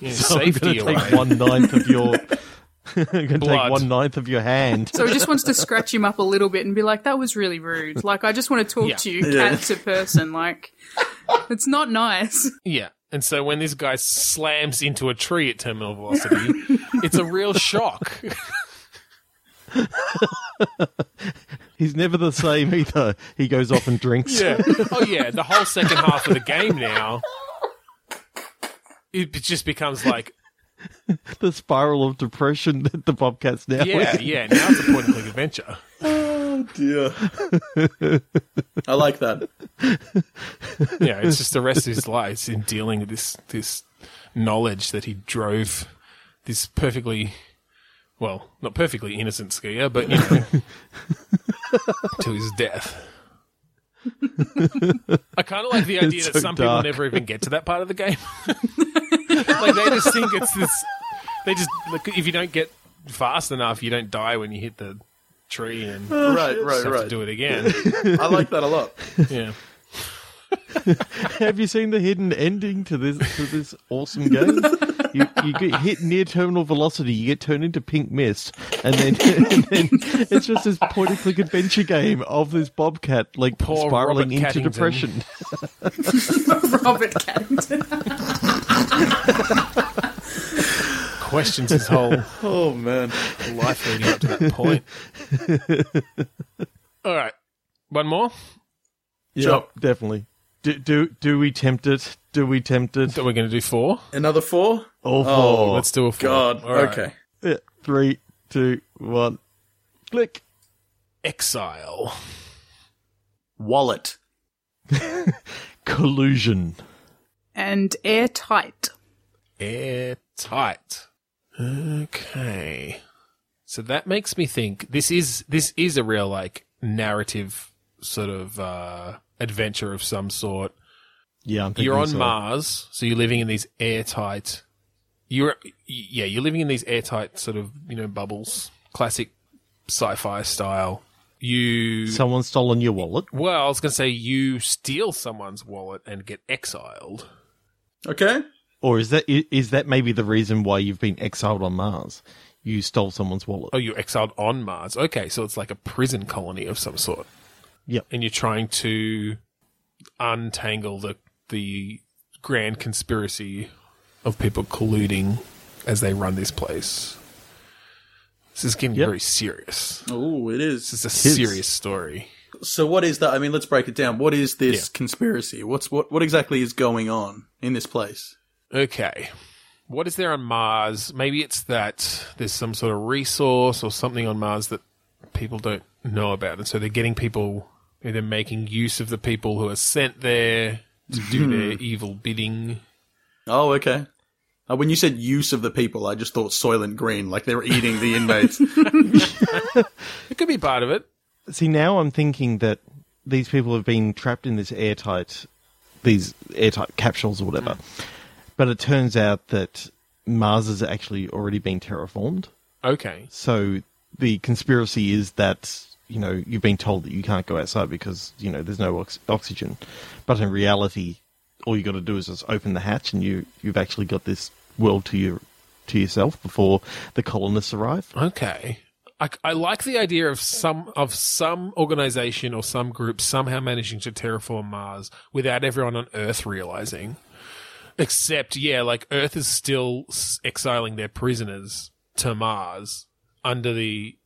S1: you know,
S2: [LAUGHS] So [LAUGHS] I'm going
S1: safety
S2: to
S1: away.
S2: take one ninth
S1: [LAUGHS]
S2: of your. [LAUGHS] I'm going to take
S1: Blood.
S2: one ninth of your
S1: [LAUGHS]
S2: hand.
S4: So he just wants to scratch him up a little bit and be like, "That was really rude. Like, I just want to talk
S1: Yeah.
S4: to you,
S3: Yeah.
S4: cat to person. Like, it's not nice." [LAUGHS]
S1: Yeah. And so when this guy slams into a tree at terminal velocity, it's a real
S2: [LAUGHS]
S1: shock.
S2: He's never the same either. He goes off and drinks.
S1: Yeah. [LAUGHS] Oh yeah. The whole second half of the game now, it be- just becomes like,
S2: [LAUGHS] The spiral of depression that the Bobcats now.
S1: yeah,
S2: in.
S1: yeah. Now it's a point and click adventure.
S3: Yeah. I like that.
S1: Yeah. It's just the rest of his life in dealing with this this knowledge that he drove this perfectly, well, not perfectly innocent skier, but you
S2: [LAUGHS]
S1: know, to his death. I kind of like the idea
S2: It's
S1: that
S2: so
S1: some people
S2: dark.
S1: never even get to that part of the game. [LAUGHS] like they just think it's this. They just look if you don't get fast enough, you don't die when you hit the tree and
S2: Oh,
S1: just
S3: Right, right,
S1: have to
S3: right.
S1: do it
S2: [LAUGHS]
S1: again.
S3: I like that a lot.
S1: yeah.
S2: Have you seen the hidden ending to this to this awesome game? You, you get hit near terminal velocity, you get turned into pink mist, and then, [LAUGHS] and then it's just this point and click adventure game of this bobcat like
S1: Poor
S2: spiraling
S1: Robert
S2: into
S1: Cattington.
S2: depression.
S4: Robert Caddington.
S1: Questions his whole
S3: Oh man.
S1: life leading up to that point. [LAUGHS] All right. One more.
S2: Yeah, definitely. Do, do do we tempt it? Do we tempt it?
S1: So we're going to do four.
S3: Another four?
S2: All
S3: Oh,
S2: four.
S1: Let's do a four.
S3: God.
S1: All right.
S3: Okay.
S2: Yeah, Three, two, one, click.
S1: Exile.
S3: Wallet.
S2: Collusion.
S4: and airtight.
S1: Airtight. Okay. So that makes me think this is this is a real like narrative sort of uh adventure of some sort.
S2: Yeah, I'm thinking
S1: You're on
S2: so.
S1: Mars, so you're living in these airtight you're yeah, you're living in these airtight sort of, you know, bubbles. Classic sci-fi style. You
S2: Someone stolen your wallet.
S1: well, I was going to say you steal someone's wallet and get exiled.
S3: Okay.
S2: Or is that i- is that maybe the reason why you've been exiled on Mars? You stole someone's wallet.
S1: Oh, you're exiled on Mars. Okay, so it's like a prison colony of some sort.
S2: Yep.
S1: And you're trying to untangle the the grand conspiracy of people colluding as they run this place. This is getting
S2: Yep.
S1: very serious.
S3: Oh, it is.
S1: This is a
S2: It is.
S1: serious story.
S3: So what is that? I mean, let's break it down. What is this conspiracy? What's what what exactly is going on in this place?
S1: Okay. What is there on Mars? Maybe it's that there's some sort of resource or something on Mars that people don't know about. And so they're getting people, they're making use of the people who are sent there to do their evil bidding.
S3: Oh, okay. Uh, when you said use of the people, I just thought Soylent Green, like they were eating the inmates.
S1: It could be part of it.
S2: See, now I'm thinking that these people have been trapped in this airtight, these airtight capsules or whatever. But it turns out that Mars has actually already been terraformed.
S1: Okay.
S2: So the conspiracy is that you know you've been told that you can't go outside because you know there's no ox- oxygen, but in reality, all you got to do is just open the hatch and you you've actually got this world to your to yourself before the colonists arrive.
S1: Okay. I, I like the idea of some of some organization or some group somehow managing to terraform Mars without everyone on Earth realizing. Except, yeah, like Earth is still s- exiling their prisoners to Mars under the,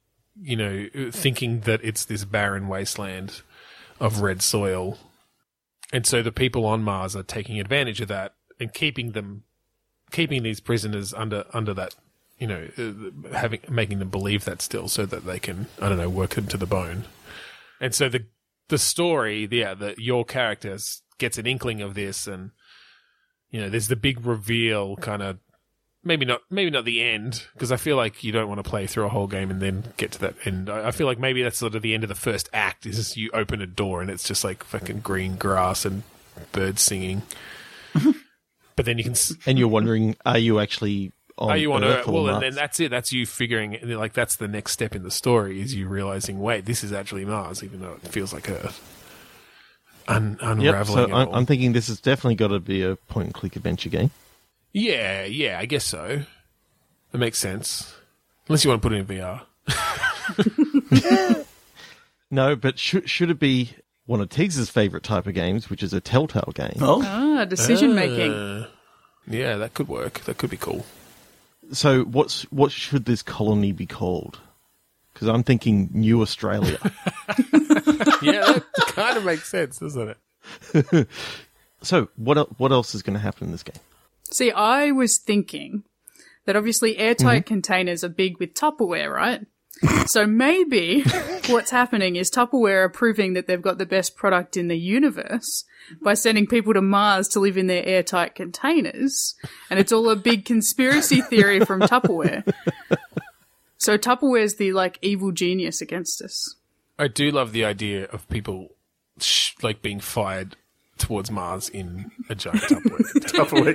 S1: you know, thinking that it's this barren wasteland of red soil. And so the people on Mars are taking advantage of that and keeping them, keeping these prisoners under under that, you know, uh, having making them believe that still, so that they can, I don't know, work them to the bone. And so the the story, yeah, that your character s- gets an inkling of this, and you know, there's the big reveal, kind of. Maybe not. Maybe not the end, because I feel like you don't want to play through a whole game and then get to that end. I I feel like maybe that's sort of the end of the first act. Is just you open a door and it's just like fucking green grass and birds singing, but then you can s-
S2: And you're wondering, are you actually on
S1: Are you on Earth?
S2: all
S1: Well, and
S2: Mars.
S1: then that's it. That's you figuring, like, that's the next step in the story is you realizing, wait, this is actually Mars, even though it feels like Earth. Un-
S2: Yep,
S1: unraveling
S2: so
S1: it
S2: I'm,
S1: all.
S2: I'm thinking this has definitely got to be a point and click adventure game.
S1: yeah, yeah, I guess so. That makes sense. Unless you want to put it in VR.
S2: No, but should should it be one of Tiggs's favorite type of games, which is a Telltale game?
S3: [LAUGHS] Oh,
S4: Ah, decision making.
S1: Uh, yeah, that could work. That could be cool.
S2: So what's what should this colony be called? Because I'm thinking New [LAUGHS] Australia.
S1: Yeah, that [LAUGHS] kind of makes sense, doesn't it?
S2: so what el- what else is going to happen in this game?
S4: See, I was thinking that obviously airtight containers are big with Tupperware, right? so maybe what's happening is Tupperware are proving that they've got the best product in the universe by sending people to Mars to live in their airtight containers. And it's all a big conspiracy theory from Tupperware. So Tupperware's the like evil genius against us.
S1: I do love the idea of people sh- like being fired towards Mars in a giant
S2: [LAUGHS]
S1: Tupperware.
S3: Tupperware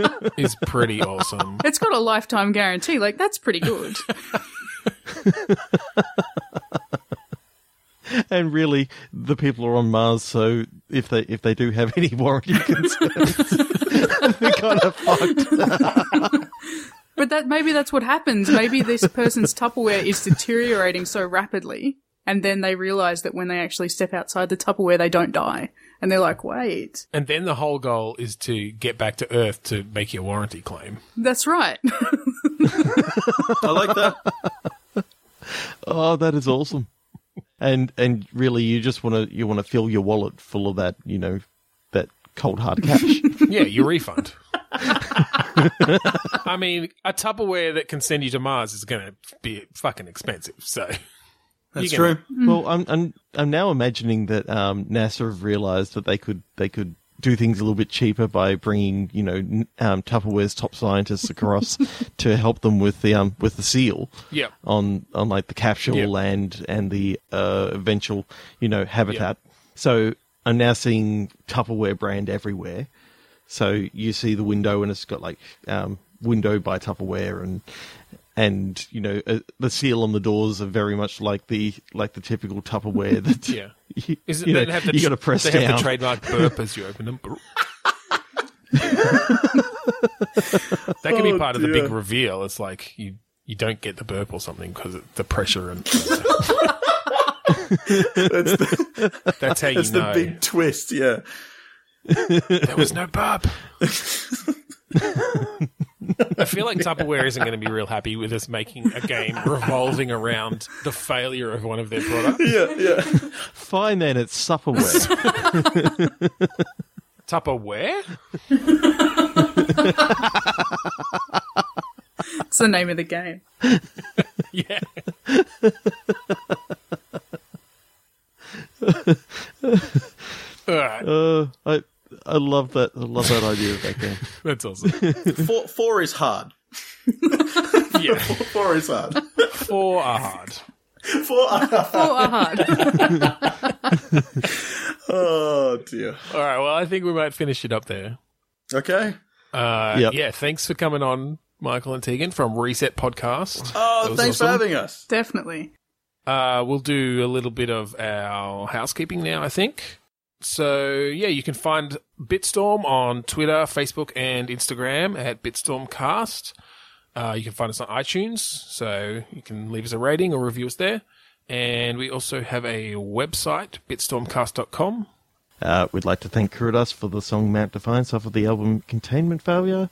S3: container.
S1: is pretty awesome.
S4: It's got a lifetime guarantee. Like that's pretty good.
S2: And really, the people are on Mars, so if they if they do have any [LAUGHS] warranty concerns, they're kind of fucked.
S4: But that maybe that's what happens.
S3: [LAUGHS]
S4: Maybe this person's Tupperware is deteriorating so rapidly, and then they realize that when they actually step outside the Tupperware, they don't die, and they're like, "Wait,
S1: And then the whole goal is to get back to Earth to make your warranty [LAUGHS] claim.
S4: that's right." [LAUGHS]
S3: I like that.
S2: [LAUGHS] Oh, that is awesome. And and really, you just want to you want to fill your wallet full of that you know that cold hard cash.
S1: Yeah, your refund. [LAUGHS] I mean, a Tupperware that can send you to Mars is going to be fucking expensive. So,
S3: [LAUGHS] That's
S1: You
S3: true.
S1: can-
S2: Well, I'm I'm I'm now imagining that um, NASA have realised that they could they could do things a little bit cheaper by bringing you know n- um, Tupperware's top scientists across to help them with the um with the seal
S1: yeah.
S2: on on like the capsule
S1: Yeah.
S2: and and the uh, eventual you know habitat. So I'm now seeing Tupperware brand everywhere. So you see the window and it's got like um, window by Tupperware and and you know uh, the seal on the doors are very much like the like the
S1: [LAUGHS]
S2: typical Tupperware that
S1: Yeah.
S2: you,
S1: Is it,
S2: you, know,
S1: they'd have to
S2: you got to press
S1: they
S2: down.
S1: have the
S2: [LAUGHS]
S1: trademark burp as you open them. that can be
S3: Oh,
S1: part of the
S3: dear.
S1: big reveal. It's like you you don't get the burp or something because the pressure [LAUGHS] and
S3: That's the,
S1: that's how you
S3: that's the
S1: know
S3: big twist. Yeah.
S1: there was no burp. I feel like Tupperware isn't going to be real happy with us making a game revolving around the failure of one of their products.
S3: Yeah. Yeah.
S2: Fine, then it's
S1: [LAUGHS]
S2: Supperware.
S1: Tupperware?
S4: It's the name of the game.
S1: Yeah. All right,
S2: uh, I I love that I love that idea of that game.
S1: that's awesome.
S3: [LAUGHS] Four, four is hard.
S1: [LAUGHS] Yeah,
S3: Four is hard.
S1: four are hard.
S3: Four. [LAUGHS]
S4: Oh, aha.
S3: Oh dear.
S1: All right, well, I think we might finish it up there.
S3: Okay.
S1: Uh,
S2: Yep.
S1: Yeah, thanks for coming on, Michael and Tegan from Reset Podcast. That
S3: Oh,
S1: was
S3: thanks
S1: awesome.
S3: for having us.
S4: [LAUGHS] definitely.
S1: Uh, we'll do a little bit of our housekeeping now, I think. So, yeah, you can find Bitstorm on Twitter, Facebook, and Instagram at BitstormCast. Uh, you can find us on iTunes, so you can leave us a rating or review us there. And we also have a website, bitstormcast.com.
S2: Uh, we'd like to thank Kuridas for the song Mount Defiance off of the album Containment Failure.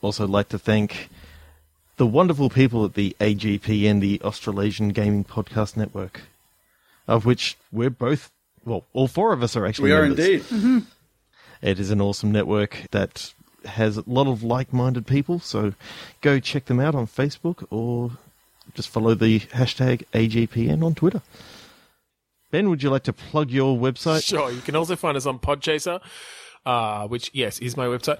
S2: Also, like to thank the wonderful people at the AGP and the Australasian Gaming Podcast Network, of which we're both, well, all four of us are actually.
S3: We are
S2: members.
S3: indeed.
S2: It is an awesome network that has a lot of like minded people, so go check them out on Facebook or just follow the hashtag AGPN on Twitter. Ben, would you like to plug your website?
S1: Sure. You can also find us on Podchaser, uh, which, yes, is my website.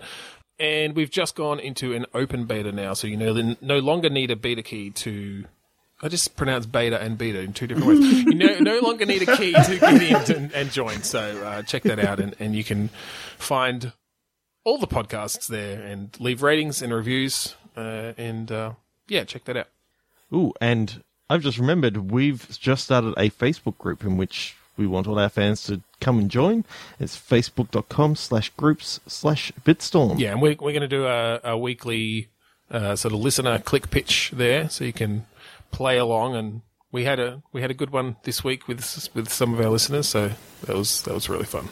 S1: And we've just gone into an open beta now, so you know, no longer need a beta key to. I just pronounce beta and beta in two different ways. you no, no longer need a key to get in and, and join. So uh, check that out, and, and you can find all the podcasts there and leave ratings and reviews Uh, and uh, yeah, check that out.
S2: Ooh, and I've just remembered we've just started a Facebook group in which we want all our fans to come and join. It's facebook.com slash groups slash bitstorm.
S1: Yeah, and we're, we're going to do a, a weekly uh, sort of listener click pitch there, so you can play along. And we had a we had a good one this week with s- with some of our listeners, so that was that was really fun.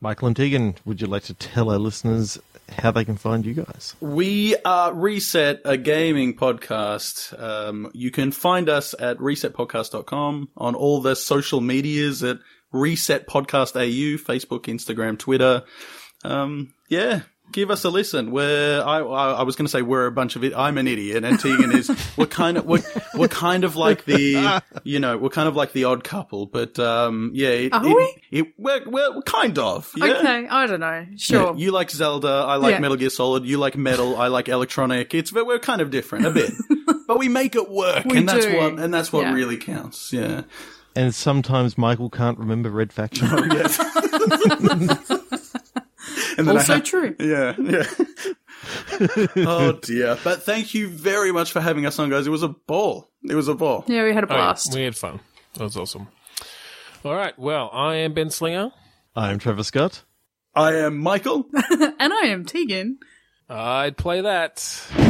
S2: Michael and Tegan, would you like to tell our listeners how they can find you guys?
S3: We are Reset, a gaming podcast. Um, you can find us at resetpodcast.com on all the social medias at Reset Podcast AU, Facebook, Instagram, Twitter. Um, yeah, give us a listen. We're, I, I, I was going to say we're a bunch of it. I'm an idiot, and Tegan is. We're kind of we're, we're kind of like the you know we're kind of like the odd couple, but um, yeah, it,
S4: Are
S3: it-
S4: we?
S3: it- we're, we're kind of. Yeah?
S4: Okay, I don't know.
S3: Yeah,
S4: Sure.
S3: you like Zelda, I like
S4: Yeah.
S3: Metal Gear Solid, you like metal, I like electronic. It's but we're kind of different a
S4: [LAUGHS]
S3: bit. but we make it work
S4: We
S3: and that's
S4: do.
S3: what and that's what
S4: Yeah.
S3: really counts. Yeah.
S2: And sometimes Michael can't remember Red Faction. [LAUGHS]
S3: And then I
S4: also
S3: have-
S4: true.
S3: yeah, yeah. oh dear. But thank you very much for having us on guys. It was a ball. It was a ball.
S4: Yeah, we had a
S1: Oh, yeah,
S4: blast. [LAUGHS]
S1: we had fun. That was awesome. All right, well, I am Ben Slinger.
S2: I'm Trevor Scott.
S3: I am Michael.
S4: and I am Tegan.
S1: I'd play that.